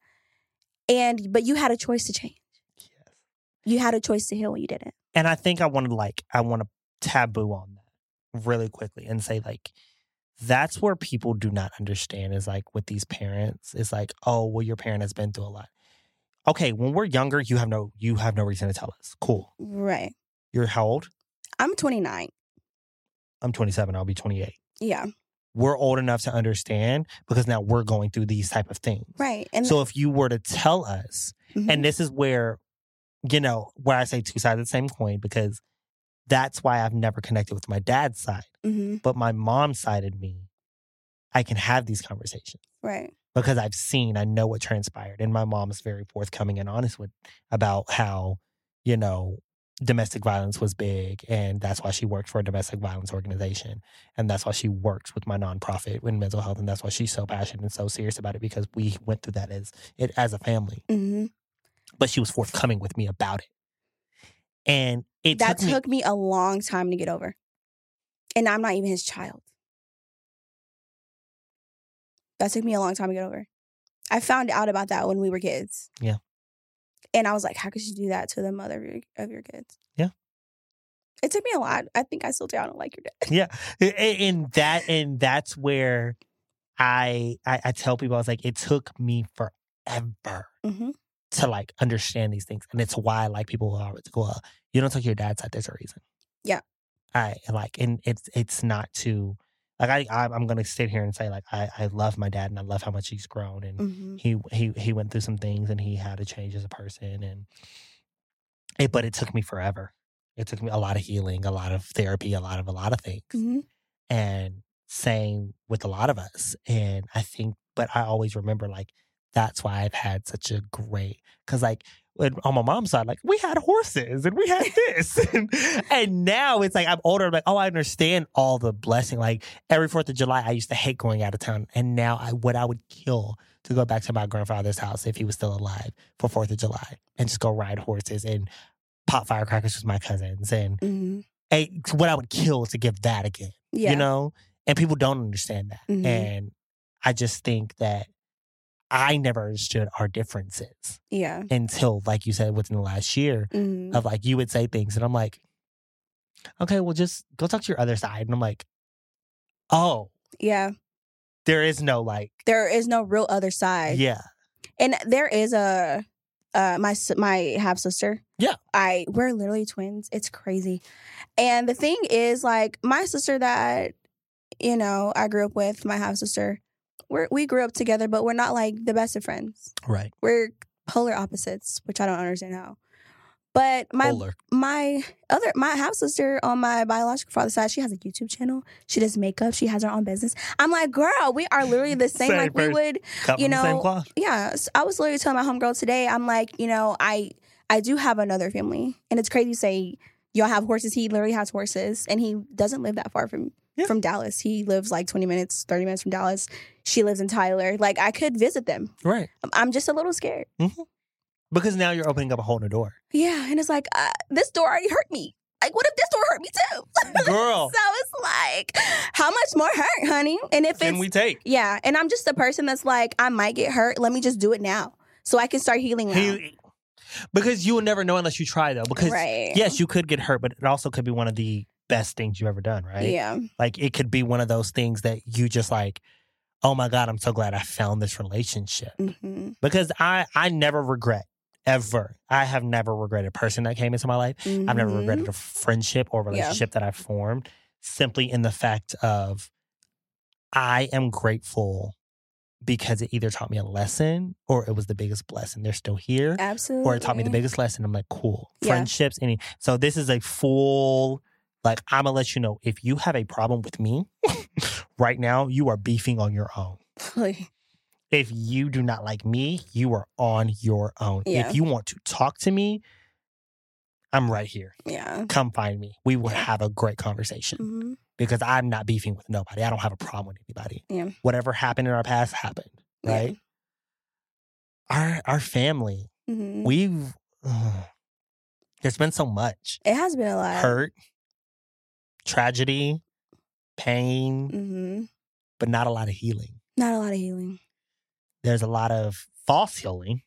Speaker 4: And but you had a choice to change.
Speaker 3: Yes.
Speaker 4: You had a choice to heal and you didn't.
Speaker 3: And I think I want to like I want to taboo on that really quickly and say like that's where people do not understand is like with these parents it's like oh well your parent has been through a lot. Okay, when we're younger you have no you have no reason to tell us. Cool.
Speaker 4: Right.
Speaker 3: You're how old?
Speaker 4: I'm 29.
Speaker 3: I'm 27. I'll be 28.
Speaker 4: Yeah.
Speaker 3: we're old enough to understand because now we're going through these type of things.
Speaker 4: Right. And
Speaker 3: so if you were to tell us,
Speaker 4: Mhm.
Speaker 3: and this is where, you know, where I say two sides of the same coin because that's why I've never connected with my dad's side,
Speaker 4: Mhm.
Speaker 3: but my mom's side of me, I can have these conversations
Speaker 4: right.
Speaker 3: because I've seen, I know what transpired, and my mom is very forthcoming and honest with about how, you know. Domestic violence was big, and that's why she worked for a domestic violence organization and that's why she works with my nonprofit in mental health, and that's why she's so passionate and so serious about it because we went through that as it as a family.
Speaker 4: Mhm.
Speaker 3: But she was forthcoming with me about it, and it
Speaker 4: that
Speaker 3: took, me,
Speaker 4: took me a long time to get over. And I'm not even his child. That took me a long time to get over. I found out about that when we were kids.
Speaker 3: Yeah.
Speaker 4: And I was like, how could you do that to the mother of your, of your kids?
Speaker 3: Yeah.
Speaker 4: It took me a lot. I think I still do. I don't like your dad.
Speaker 3: yeah, A- a- and that and that's where I, I I tell people I was like it took me forever
Speaker 4: Mm-hmm.
Speaker 3: to like understand these things, and it's why like people who are always go, well, you don't talk to your dad's side. There's a reason.
Speaker 4: Yeah.
Speaker 3: I and, like, and it's it's not to like I I'm I'm gonna sit here and say like I I love my dad and I love how much he's grown and
Speaker 4: Mm-hmm.
Speaker 3: he he he went through some things and he had to change as a person and it but it took me forever. It took me a lot of healing, a lot of therapy, a lot of a lot of things.
Speaker 4: Mm-hmm.
Speaker 3: And same with a lot of us. And I think but I always remember like that's why I've had such a great cuz like and on my mom's side, like we had horses and we had this, and, and now it's like I'm older. I'm like, oh, I understand all the blessing. Like every Fourth of July, I used to hate going out of town, and now I what I would kill to go back to my grandfather's house if he was still alive for Fourth of July and just go ride horses and pop firecrackers with my cousins and,
Speaker 4: hmm
Speaker 3: and what I would kill to give that again
Speaker 4: Yeah.
Speaker 3: you know and people don't understand that
Speaker 4: Mhm.
Speaker 3: and i just think that i never understood our differences
Speaker 4: Yeah.
Speaker 3: until like you said within the last year
Speaker 4: hmm
Speaker 3: of like you would say things and i'm like okay well just go talk to your other side and i'm like oh
Speaker 4: Yeah.
Speaker 3: there is no like
Speaker 4: There is no real other side.
Speaker 3: yeah
Speaker 4: And there is a uh my s- my half sister.
Speaker 3: Yeah.
Speaker 4: I we're literally twins. It's crazy. And the thing is like my sister that you know, I grew up with my half sister. We we grew up together, but we're not like the best of friends.
Speaker 3: right
Speaker 4: We're polar opposites, which I don't understand how. But my my other my half sister on my biological father's side, she has a YouTube channel. She does makeup. She has her own business. I'm like, girl, we are literally the same.
Speaker 3: Same
Speaker 4: like we
Speaker 3: person.
Speaker 4: would,
Speaker 3: Cut
Speaker 4: you
Speaker 3: from the same
Speaker 4: know,
Speaker 3: cloth
Speaker 4: yeah. s- I was literally telling my homegirl today. I'm like, you know, I I do have another family, and it's crazy to say y'all have horses. He literally has horses, and he doesn't live that far from
Speaker 3: Yeah.
Speaker 4: from Dallas. He lives like 20 minutes, 30 minutes from Dallas. She lives in Tyler. Like I could visit them.
Speaker 3: right
Speaker 4: I'm- I'm just a little scared.
Speaker 3: because now you're opening up a whole new door
Speaker 4: Yeah, and it's like uh, this door already hurt me. Like, what if this door hurt me too?
Speaker 3: girl
Speaker 4: So it's like, how much more hurt, honey? And if
Speaker 3: can
Speaker 4: it's
Speaker 3: we take
Speaker 4: yeah, and I'm just the person that's like, I might get hurt. Let me just do it now, so I can start healing. Now.
Speaker 3: He- because you will never know unless you try though because
Speaker 4: right?
Speaker 3: yes, you could get hurt, but it also could be one of the best things you've ever done, right?
Speaker 4: Yeah.
Speaker 3: Like it could be one of those things that you just like, oh my God, I'm so glad I found this relationship.
Speaker 4: hmm
Speaker 3: Because I I never regret ever. I have never regretted a person that came into my life. I've
Speaker 4: Mm-hmm.
Speaker 3: never regretted a friendship or relationship that I formed simply in the fact of I am grateful because it either taught me a lesson or it was the biggest blessing. They're still here
Speaker 4: Absolutely.
Speaker 3: or it taught me the biggest lesson. I'm like, cool.
Speaker 4: Mm-hmm. Yeah.
Speaker 3: Friendships, any. So this is a full, like, I'm gonna let you know if you have a problem with me right now, you are beefing on your own.
Speaker 4: Like,
Speaker 3: If you do not like me, you are on your own.
Speaker 4: Yeah.
Speaker 3: If you want to talk to me, I'm right here.
Speaker 4: yeah.
Speaker 3: Come find me. We will have a great conversation
Speaker 4: hmm
Speaker 3: because I'm not beefing with nobody. I don't have a problem with anybody.
Speaker 4: Yeah.
Speaker 3: Whatever happened in our past happened,
Speaker 4: Yeah.
Speaker 3: right? Our our family,
Speaker 4: hmm
Speaker 3: we've there's been so much
Speaker 4: It has been a lot.
Speaker 3: hurt tragedy pain
Speaker 4: hmm
Speaker 3: but not a lot of healing
Speaker 4: Not a lot of healing.
Speaker 3: there's a lot of false healing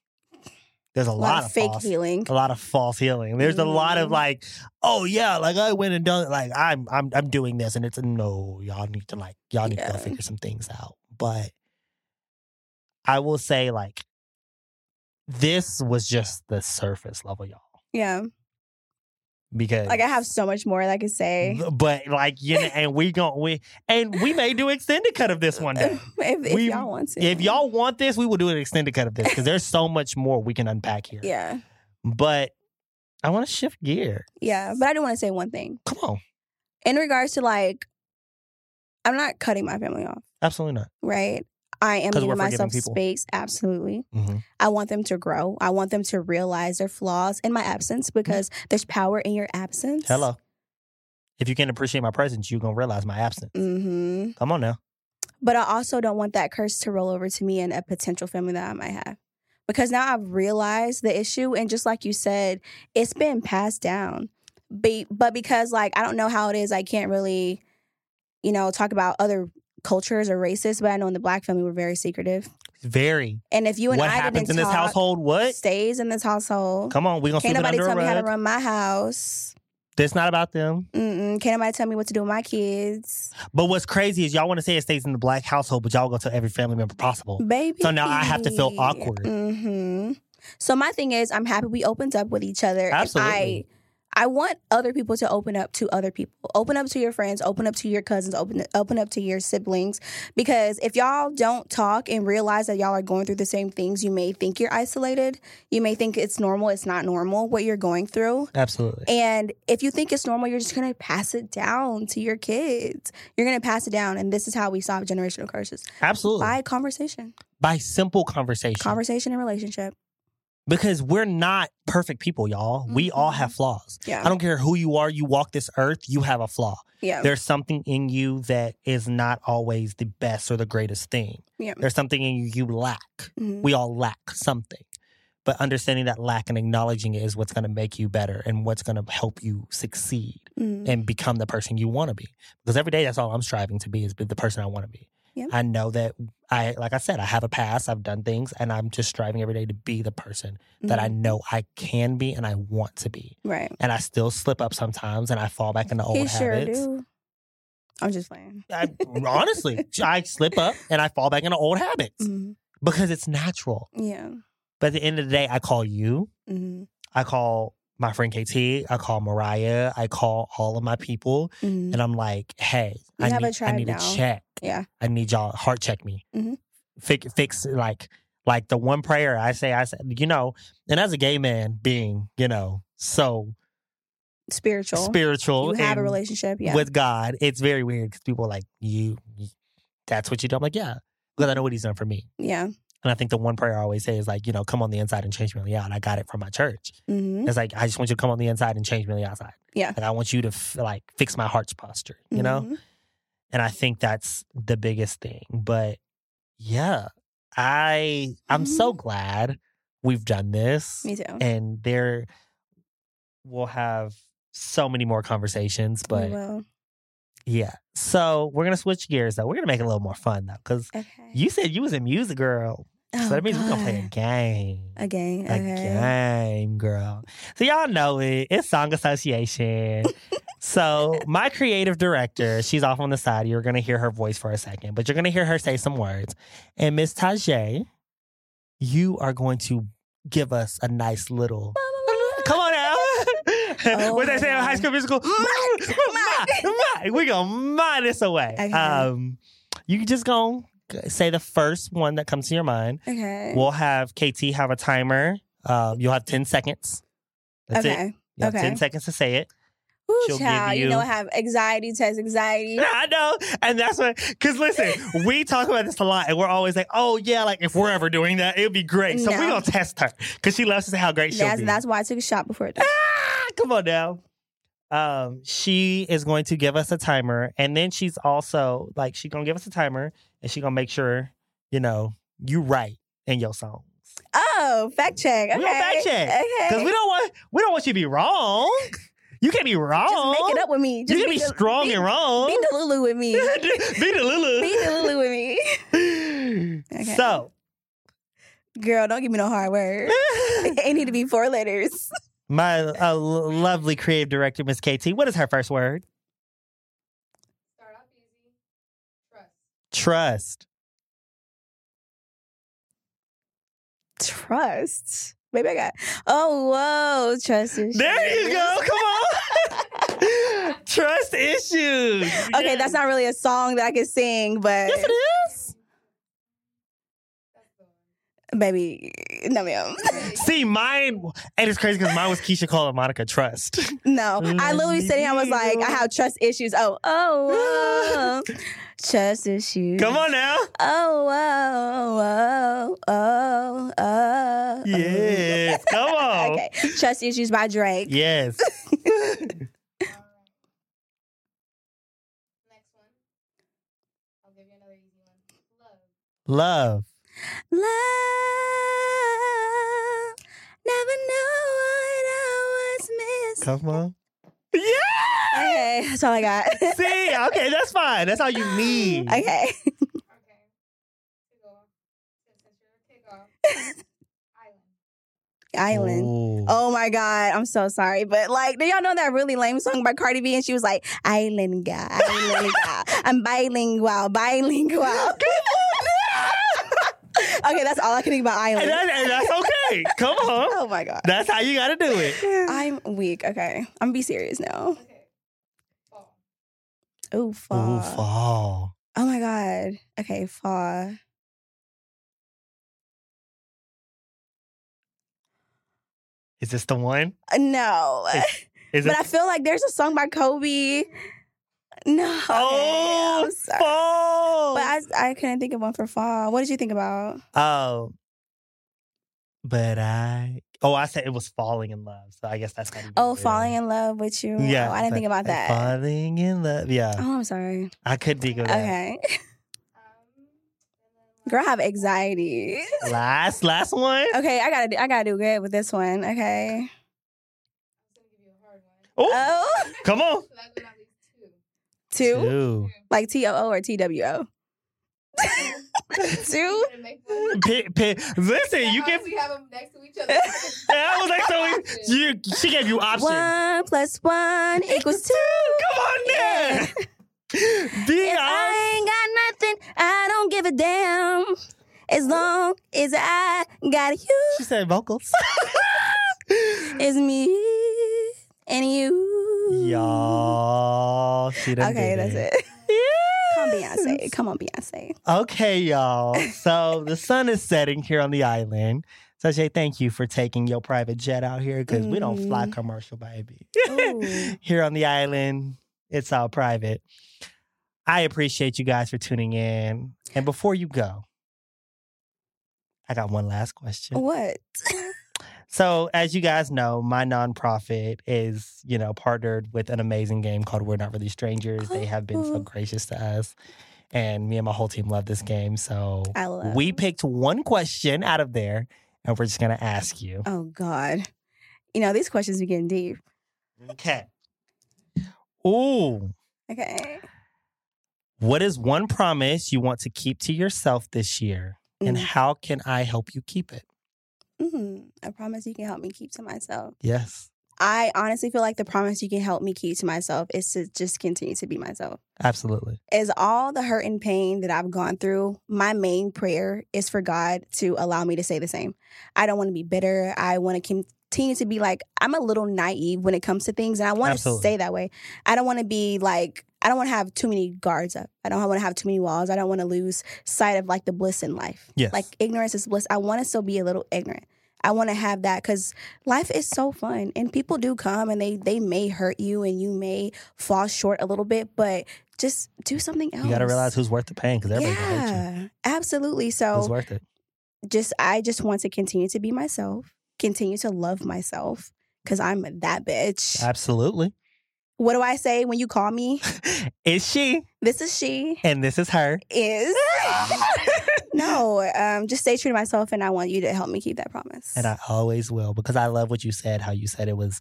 Speaker 3: there's a,
Speaker 4: A
Speaker 3: lot, of
Speaker 4: fake
Speaker 3: false,
Speaker 4: healing.
Speaker 3: a lot of false healing there's a lot of
Speaker 4: Mhm.
Speaker 3: like oh yeah like i went and done like i'm i'm, I'm doing this and it's no y'all need to like y'all need to
Speaker 4: Yeah.
Speaker 3: go figure some things out but i will say like this was just the surface level y'all
Speaker 4: Yeah.
Speaker 3: because
Speaker 4: Like I have so much more that I could say.
Speaker 3: But like you know, and we gon' we and we may do extended cut of this one day.
Speaker 4: if if
Speaker 3: We-
Speaker 4: y'all want to.
Speaker 3: If y'all want this, we will do an extended cut of this because there's so much more we can unpack here.
Speaker 4: Yeah.
Speaker 3: But I want to shift gear.
Speaker 4: Yeah. But I do want to say one thing
Speaker 3: Come on,
Speaker 4: in regards to like, I'm not cutting my family off.
Speaker 3: absolutely not.
Speaker 4: right? I am
Speaker 3: 'Cause we're
Speaker 4: giving
Speaker 3: forgiving
Speaker 4: myself
Speaker 3: people.
Speaker 4: space. Absolutely.
Speaker 3: Mhm.
Speaker 4: I want them to grow. I want them to realize their flaws in my absence because there's power in your absence.
Speaker 3: Mm-hmm. Hello. If you can't appreciate my presence, you're gonna realize my absence.
Speaker 4: hmm
Speaker 3: Come on now.
Speaker 4: But I also don't want that curse to roll over to me and a potential family that I might have. Because now I've realized the issue. And just like you said, it's been passed down. Be, but because, like, I don't know how it is, I can't really, you know, talk about other cultures or races. But I know in the black family, we're very secretive.
Speaker 3: Very.
Speaker 4: And if you and
Speaker 3: What
Speaker 4: I
Speaker 3: happens
Speaker 4: didn't
Speaker 3: in this
Speaker 4: talk-
Speaker 3: household? What?
Speaker 4: stays in this household.
Speaker 3: Come on, we gonna
Speaker 4: Can't
Speaker 3: sweep it
Speaker 4: nobody
Speaker 3: under
Speaker 4: tell
Speaker 3: a
Speaker 4: me how to
Speaker 3: rug.
Speaker 4: run my house.
Speaker 3: That's not about them.
Speaker 4: Mm-mm. Can't nobody tell me what to do with my kids,
Speaker 3: But what's crazy is y'all want to say it stays in the black household, but y'all go tell every family member possible.
Speaker 4: baby.
Speaker 3: So now I have to feel awkward.
Speaker 4: hmm So my thing is, I'm happy we opened up with each other. and
Speaker 3: Absolutely.
Speaker 4: I, I want other people to open up to other people. Open up to your friends. Open up to your cousins. Open open up to your siblings. Because if y'all don't talk and realize that y'all are going through the same things, you may think you're isolated. You may think it's normal. It's not normal what you're going through.
Speaker 3: Absolutely.
Speaker 4: And if you think it's normal, you're just gonna pass it down to your kids. You're gonna pass it down, and this is how we solve generational curses
Speaker 3: Absolutely.
Speaker 4: by
Speaker 3: By,
Speaker 4: conversation,
Speaker 3: simple conversation.
Speaker 4: conversation and relationship.
Speaker 3: because we're not perfect people, y'all. We all
Speaker 4: Mhm.
Speaker 3: have flaws.
Speaker 4: Yeah.
Speaker 3: I don't care who you are, you walk this earth, you have a flaw.
Speaker 4: Yeah.
Speaker 3: There's something in you that is not always the best or the greatest thing.
Speaker 4: Yeah.
Speaker 3: There's something in you you lack.
Speaker 4: Mhm.
Speaker 3: We all lack something. But understanding that lack and acknowledging it is what's going to make you better and what's going to help you succeed
Speaker 4: Mhm.
Speaker 3: and become the person you want to be. Because every day, that's all I'm striving to be is be the person I want to be.
Speaker 4: Yeah.
Speaker 3: I know that I, like I said, I have a past, I've done things, and I'm just striving every day to be the person that I
Speaker 4: Mhm.
Speaker 3: know I can be and I want to be.
Speaker 4: Mm-hmm. Right.
Speaker 3: And I still slip up sometimes, and I fall back into old
Speaker 4: He sure
Speaker 3: habits.
Speaker 4: do. I'm just playing.
Speaker 3: I, honestly, I slip up and I fall back into old habits
Speaker 4: Mhm.
Speaker 3: because it's natural.
Speaker 4: Yeah.
Speaker 3: But at the end of the day, I call you,
Speaker 4: Mhm.
Speaker 3: I call my friend KT, I call Mariah, I call all of my people,
Speaker 4: Mhm.
Speaker 3: and I'm like, hey,
Speaker 4: You
Speaker 3: I
Speaker 4: have a
Speaker 3: need, I
Speaker 4: tribe
Speaker 3: need
Speaker 4: now.
Speaker 3: a check.
Speaker 4: Yeah.
Speaker 3: I need y'all heart check me.
Speaker 4: Mhm.
Speaker 3: Fix, fix like like the one prayer I say I say you know, and as a gay man being you know so
Speaker 4: Spiritual.
Speaker 3: spiritual
Speaker 4: You have a
Speaker 3: and
Speaker 4: relationship. Yeah.
Speaker 3: with God, it's very weird because people are like you, you- that's what you do. I'm like yeah, because I know what He's done for me,
Speaker 4: yeah.
Speaker 3: and I think the one prayer I always say is like you know come on the inside and change me on the out. I got it from my church.
Speaker 4: hmm
Speaker 3: It's like I just want you to come on the inside and change me on the outside.
Speaker 4: Yeah.
Speaker 3: and I want you to f- like fix my heart's posture. You know.
Speaker 4: Mm-hmm.
Speaker 3: and i think that's the biggest thing but yeah i i'm so
Speaker 4: Mhm.
Speaker 3: glad we've done this
Speaker 4: Me too.
Speaker 3: and there we'll have so many more conversations but
Speaker 4: well,
Speaker 3: yeah so we're gonna switch gears though we're gonna make it a little more fun though because
Speaker 4: okay. Oh,
Speaker 3: you said you was a music girl so that means we're gonna play a
Speaker 4: God.
Speaker 3: game
Speaker 4: a game.
Speaker 3: a
Speaker 4: Okay.
Speaker 3: game, girl. So y'all know it. It's Song Association. so my creative director, she's off on the side. You're gonna hear her voice for a second, but you're gonna hear her say some words. And Miss Tajay, you are going to give us a nice little. Come on now. what they say in
Speaker 4: Oh my.
Speaker 3: High School Musical? We're gonna mind this away.
Speaker 4: Okay.
Speaker 3: Um, you just gonna say the first one that comes to your mind.
Speaker 4: Okay.
Speaker 3: We'll have KT have a timer. Uh, you'll have 10 seconds. That's it.
Speaker 4: okay.
Speaker 3: You have
Speaker 4: okay.
Speaker 3: 10 seconds to say it.
Speaker 4: Ooh,
Speaker 3: She'll give
Speaker 4: child, you, know,
Speaker 3: you-
Speaker 4: I have anxiety, test anxiety.
Speaker 3: I know. And that's what, because listen, we talk about this a lot and we're always like, oh, yeah, like if we're ever doing that, it'll be great. So we're
Speaker 4: No.
Speaker 3: going to test her because she loves to say how great she'll
Speaker 4: That's,
Speaker 3: be.
Speaker 4: that's why I took a shot before it.
Speaker 3: Ah, come on now. Um, she is going to give us a timer, and then she's also like she's gonna give us a timer, and she's gonna make sure you know you right in your songs
Speaker 4: Oh, fact check. Okay.
Speaker 3: We gonna fact check,
Speaker 4: Okay.
Speaker 3: because we don't want we don't want you to be wrong. You can't be wrong.
Speaker 4: Just make it up with me. Just
Speaker 3: you can be
Speaker 4: the-
Speaker 3: strong
Speaker 4: be,
Speaker 3: and wrong.
Speaker 4: Be the Lulu with me.
Speaker 3: Be
Speaker 4: be
Speaker 3: the
Speaker 4: the
Speaker 3: Lulu.
Speaker 4: Lulu with me. Okay.
Speaker 3: So,
Speaker 4: Girl, don't give me no hard word. it need to be four letters.
Speaker 3: my uh, l- lovely creative director, Miss KT, what is her first word?
Speaker 5: Start off easy. Trust.
Speaker 3: Trust.
Speaker 4: Trust. Maybe I got. Oh, whoa. Trust issues.
Speaker 3: There you go. Come on. Trust issues.
Speaker 4: Okay, that's not really a song that I could sing, but
Speaker 3: Yes, it is.
Speaker 5: That's the one.
Speaker 4: baby, no, ma'am.
Speaker 3: See, mine, and it's crazy because mine was Keisha calling Monica Trust.
Speaker 4: No, I
Speaker 3: Mm,
Speaker 4: literally said here, I was like, I have trust issues. Oh, oh, whoa. trust issues.
Speaker 3: Come on now.
Speaker 4: Oh, whoa, whoa, oh, oh.
Speaker 3: Yes. Come on.
Speaker 4: Okay, trust issues by Drake.
Speaker 3: Yes.
Speaker 5: Alright. Next one. I'll give you another easy one. Love.
Speaker 3: Love.
Speaker 4: Love, never know what I was missing.
Speaker 3: Come on. Yeah.
Speaker 4: Okay, that's all I got.
Speaker 3: See, okay, that's fine. That's all you need.
Speaker 4: Okay.
Speaker 5: Okay. Kick off. Since it's your kickoff. Island.
Speaker 4: Island.
Speaker 3: Ooh.
Speaker 4: Oh my God, I'm so sorry. But like, do y'all know that really lame song by Cardi B? And she was like, Island guy, Island guy. I'm bilingual, bilingual. okay, that's all I can think about
Speaker 3: And,
Speaker 4: Island.
Speaker 3: that- and that's okay. Come on.
Speaker 4: Oh my God.
Speaker 3: That's how you got to do it.
Speaker 4: I'm weak. Okay. I'm gonna be serious now.
Speaker 5: Okay. Fall.
Speaker 4: Ooh, fall.
Speaker 3: Ooh, fall.
Speaker 4: Oh my God. Okay, fall.
Speaker 3: Is this the one?
Speaker 4: Uh, No.
Speaker 3: Is
Speaker 4: But
Speaker 3: it
Speaker 4: I feel like there's a song by Kobe. No. okay,
Speaker 3: Oh,
Speaker 4: I'm sorry.
Speaker 3: fall?
Speaker 4: But I, I couldn't think of one for fall. What did you think about?
Speaker 3: Oh. But I oh I said it was falling in love, so I guess that's not. Even
Speaker 4: Oh,
Speaker 3: real.
Speaker 4: falling in love with you.
Speaker 3: Yeah,
Speaker 4: Oh, I didn't
Speaker 3: but-
Speaker 4: think about that.
Speaker 3: Falling in love. Yeah,
Speaker 4: Oh, I'm sorry.
Speaker 3: I could dig with that.
Speaker 4: Okay. Girl, I have anxiety.
Speaker 3: Last last one.
Speaker 4: Okay, I gotta do, I gotta do good with this one. Okay.
Speaker 3: Oh,
Speaker 4: Oh,
Speaker 3: come on.
Speaker 5: Last but not least, two.
Speaker 4: two,
Speaker 3: Two.
Speaker 4: like T O O or T W O. Two.
Speaker 5: Gonna make one.
Speaker 3: Pi- pi- Listen, you
Speaker 5: How
Speaker 3: can.
Speaker 5: we have them next to each other.
Speaker 3: I was like, so you, she gave you options.
Speaker 4: One plus one equals two.
Speaker 3: Come on
Speaker 4: Yeah.
Speaker 3: there.
Speaker 4: If
Speaker 3: Dion.
Speaker 4: I ain't got nothing, I don't give a damn. As long as I got you,
Speaker 3: She said vocals.
Speaker 4: it's me and you.
Speaker 3: y'all. She done
Speaker 4: Okay,
Speaker 3: did
Speaker 4: that's it. Come on, Beyonce. Come on, Beyonce.
Speaker 3: Okay, y'all. So the sun is setting here on the island. So Jay, thank you for taking your private jet out here because we don't fly
Speaker 4: Mhm.
Speaker 3: commercial, baby.
Speaker 4: Ooh.
Speaker 3: here on the island, it's all private. I appreciate you guys for tuning in. And before you go, I got one last question.
Speaker 4: What?
Speaker 3: So, as you guys know, my nonprofit is, you know, partnered with an amazing game called We're Not Really Strangers. They have been so
Speaker 4: Cool.
Speaker 3: gracious to us. And me and my whole team love this game. So,
Speaker 4: I love.
Speaker 3: we picked one question out of there and we're just going to ask you.
Speaker 4: Oh God. You know these questions be getting deep.
Speaker 3: Okay. Ooh.
Speaker 4: Okay.
Speaker 3: What is one promise you want to keep to yourself this year? And
Speaker 4: Mm.
Speaker 3: how can I help you keep it?
Speaker 4: Mm, I promise you can help me keep to myself.
Speaker 3: Yes.
Speaker 4: I honestly feel like the promise you can help me keep to myself is to just continue to be myself.
Speaker 3: Absolutely.
Speaker 4: Is all the hurt and pain that I've gone through, my main prayer is for God to allow me to say the same. I don't want to be bitter. I want to continue to be like, I'm a little naive when it comes to things, and I want to
Speaker 3: Absolutely.
Speaker 4: stay that way. I don't want to be like, I don't want to have too many guards up. I don't want to have too many walls. I don't want to lose sight of like the bliss in life.
Speaker 3: Yes.
Speaker 4: Like ignorance is bliss. I want to still be a little ignorant. I want to have that because life is so fun, and people do come and they they may hurt you, and you may fall short a little bit, but just do something else.
Speaker 3: you got to realize who's worth the pain because everybody will hate you.
Speaker 4: Oh, yeah, Oh. absolutely.
Speaker 3: Who's
Speaker 4: So
Speaker 3: worth it?
Speaker 4: just I just want to continue to be myself, continue to love myself because I'm that bitch.
Speaker 3: Absolutely.
Speaker 4: what do I say when you call me?
Speaker 3: Is she?
Speaker 4: this is she
Speaker 3: And this is her.
Speaker 4: is. no, um, just stay true to myself, and I want you to help me keep that promise.
Speaker 3: And I always will because I love what you said, how you said it was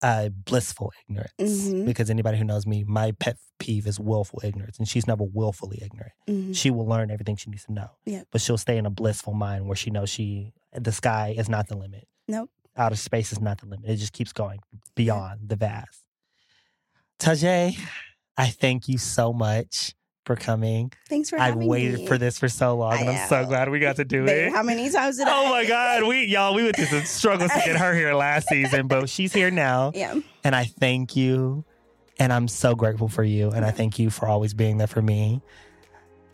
Speaker 3: uh, blissful ignorance.
Speaker 4: Mhm.
Speaker 3: Because anybody who knows me, my pet peeve is willful ignorance, and she's never willfully ignorant.
Speaker 4: Mhm.
Speaker 3: She will learn everything she needs to know.
Speaker 4: Yeah.
Speaker 3: But she'll stay in a blissful mind where she knows she the sky is not the limit.
Speaker 4: Nope.
Speaker 3: Outer space is not the limit. It just keeps going beyond the vast. Tajay, I thank you so much for coming.
Speaker 4: Thanks for
Speaker 3: I've
Speaker 4: having
Speaker 3: waited
Speaker 4: me.
Speaker 3: for this for so long,
Speaker 4: I
Speaker 3: and I'm so
Speaker 4: know.
Speaker 3: glad we got to do
Speaker 4: Babe,
Speaker 3: it.
Speaker 4: How many times did I?
Speaker 3: Oh my God, we y'all, we went through some struggles to get her here last season, but she's here now,
Speaker 4: Yeah.
Speaker 3: and I thank you, and I'm so grateful for you, and I thank you for always being there for me.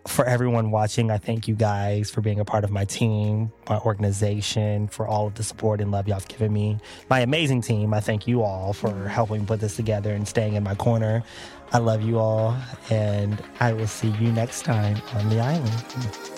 Speaker 3: For everyone watching, I thank you guys for being a part of my team, my organization, for all of the support and love y'all have given me. My amazing team, I thank you all for helping put this together and staying in my corner. I love you all, and I will see you next time on the island.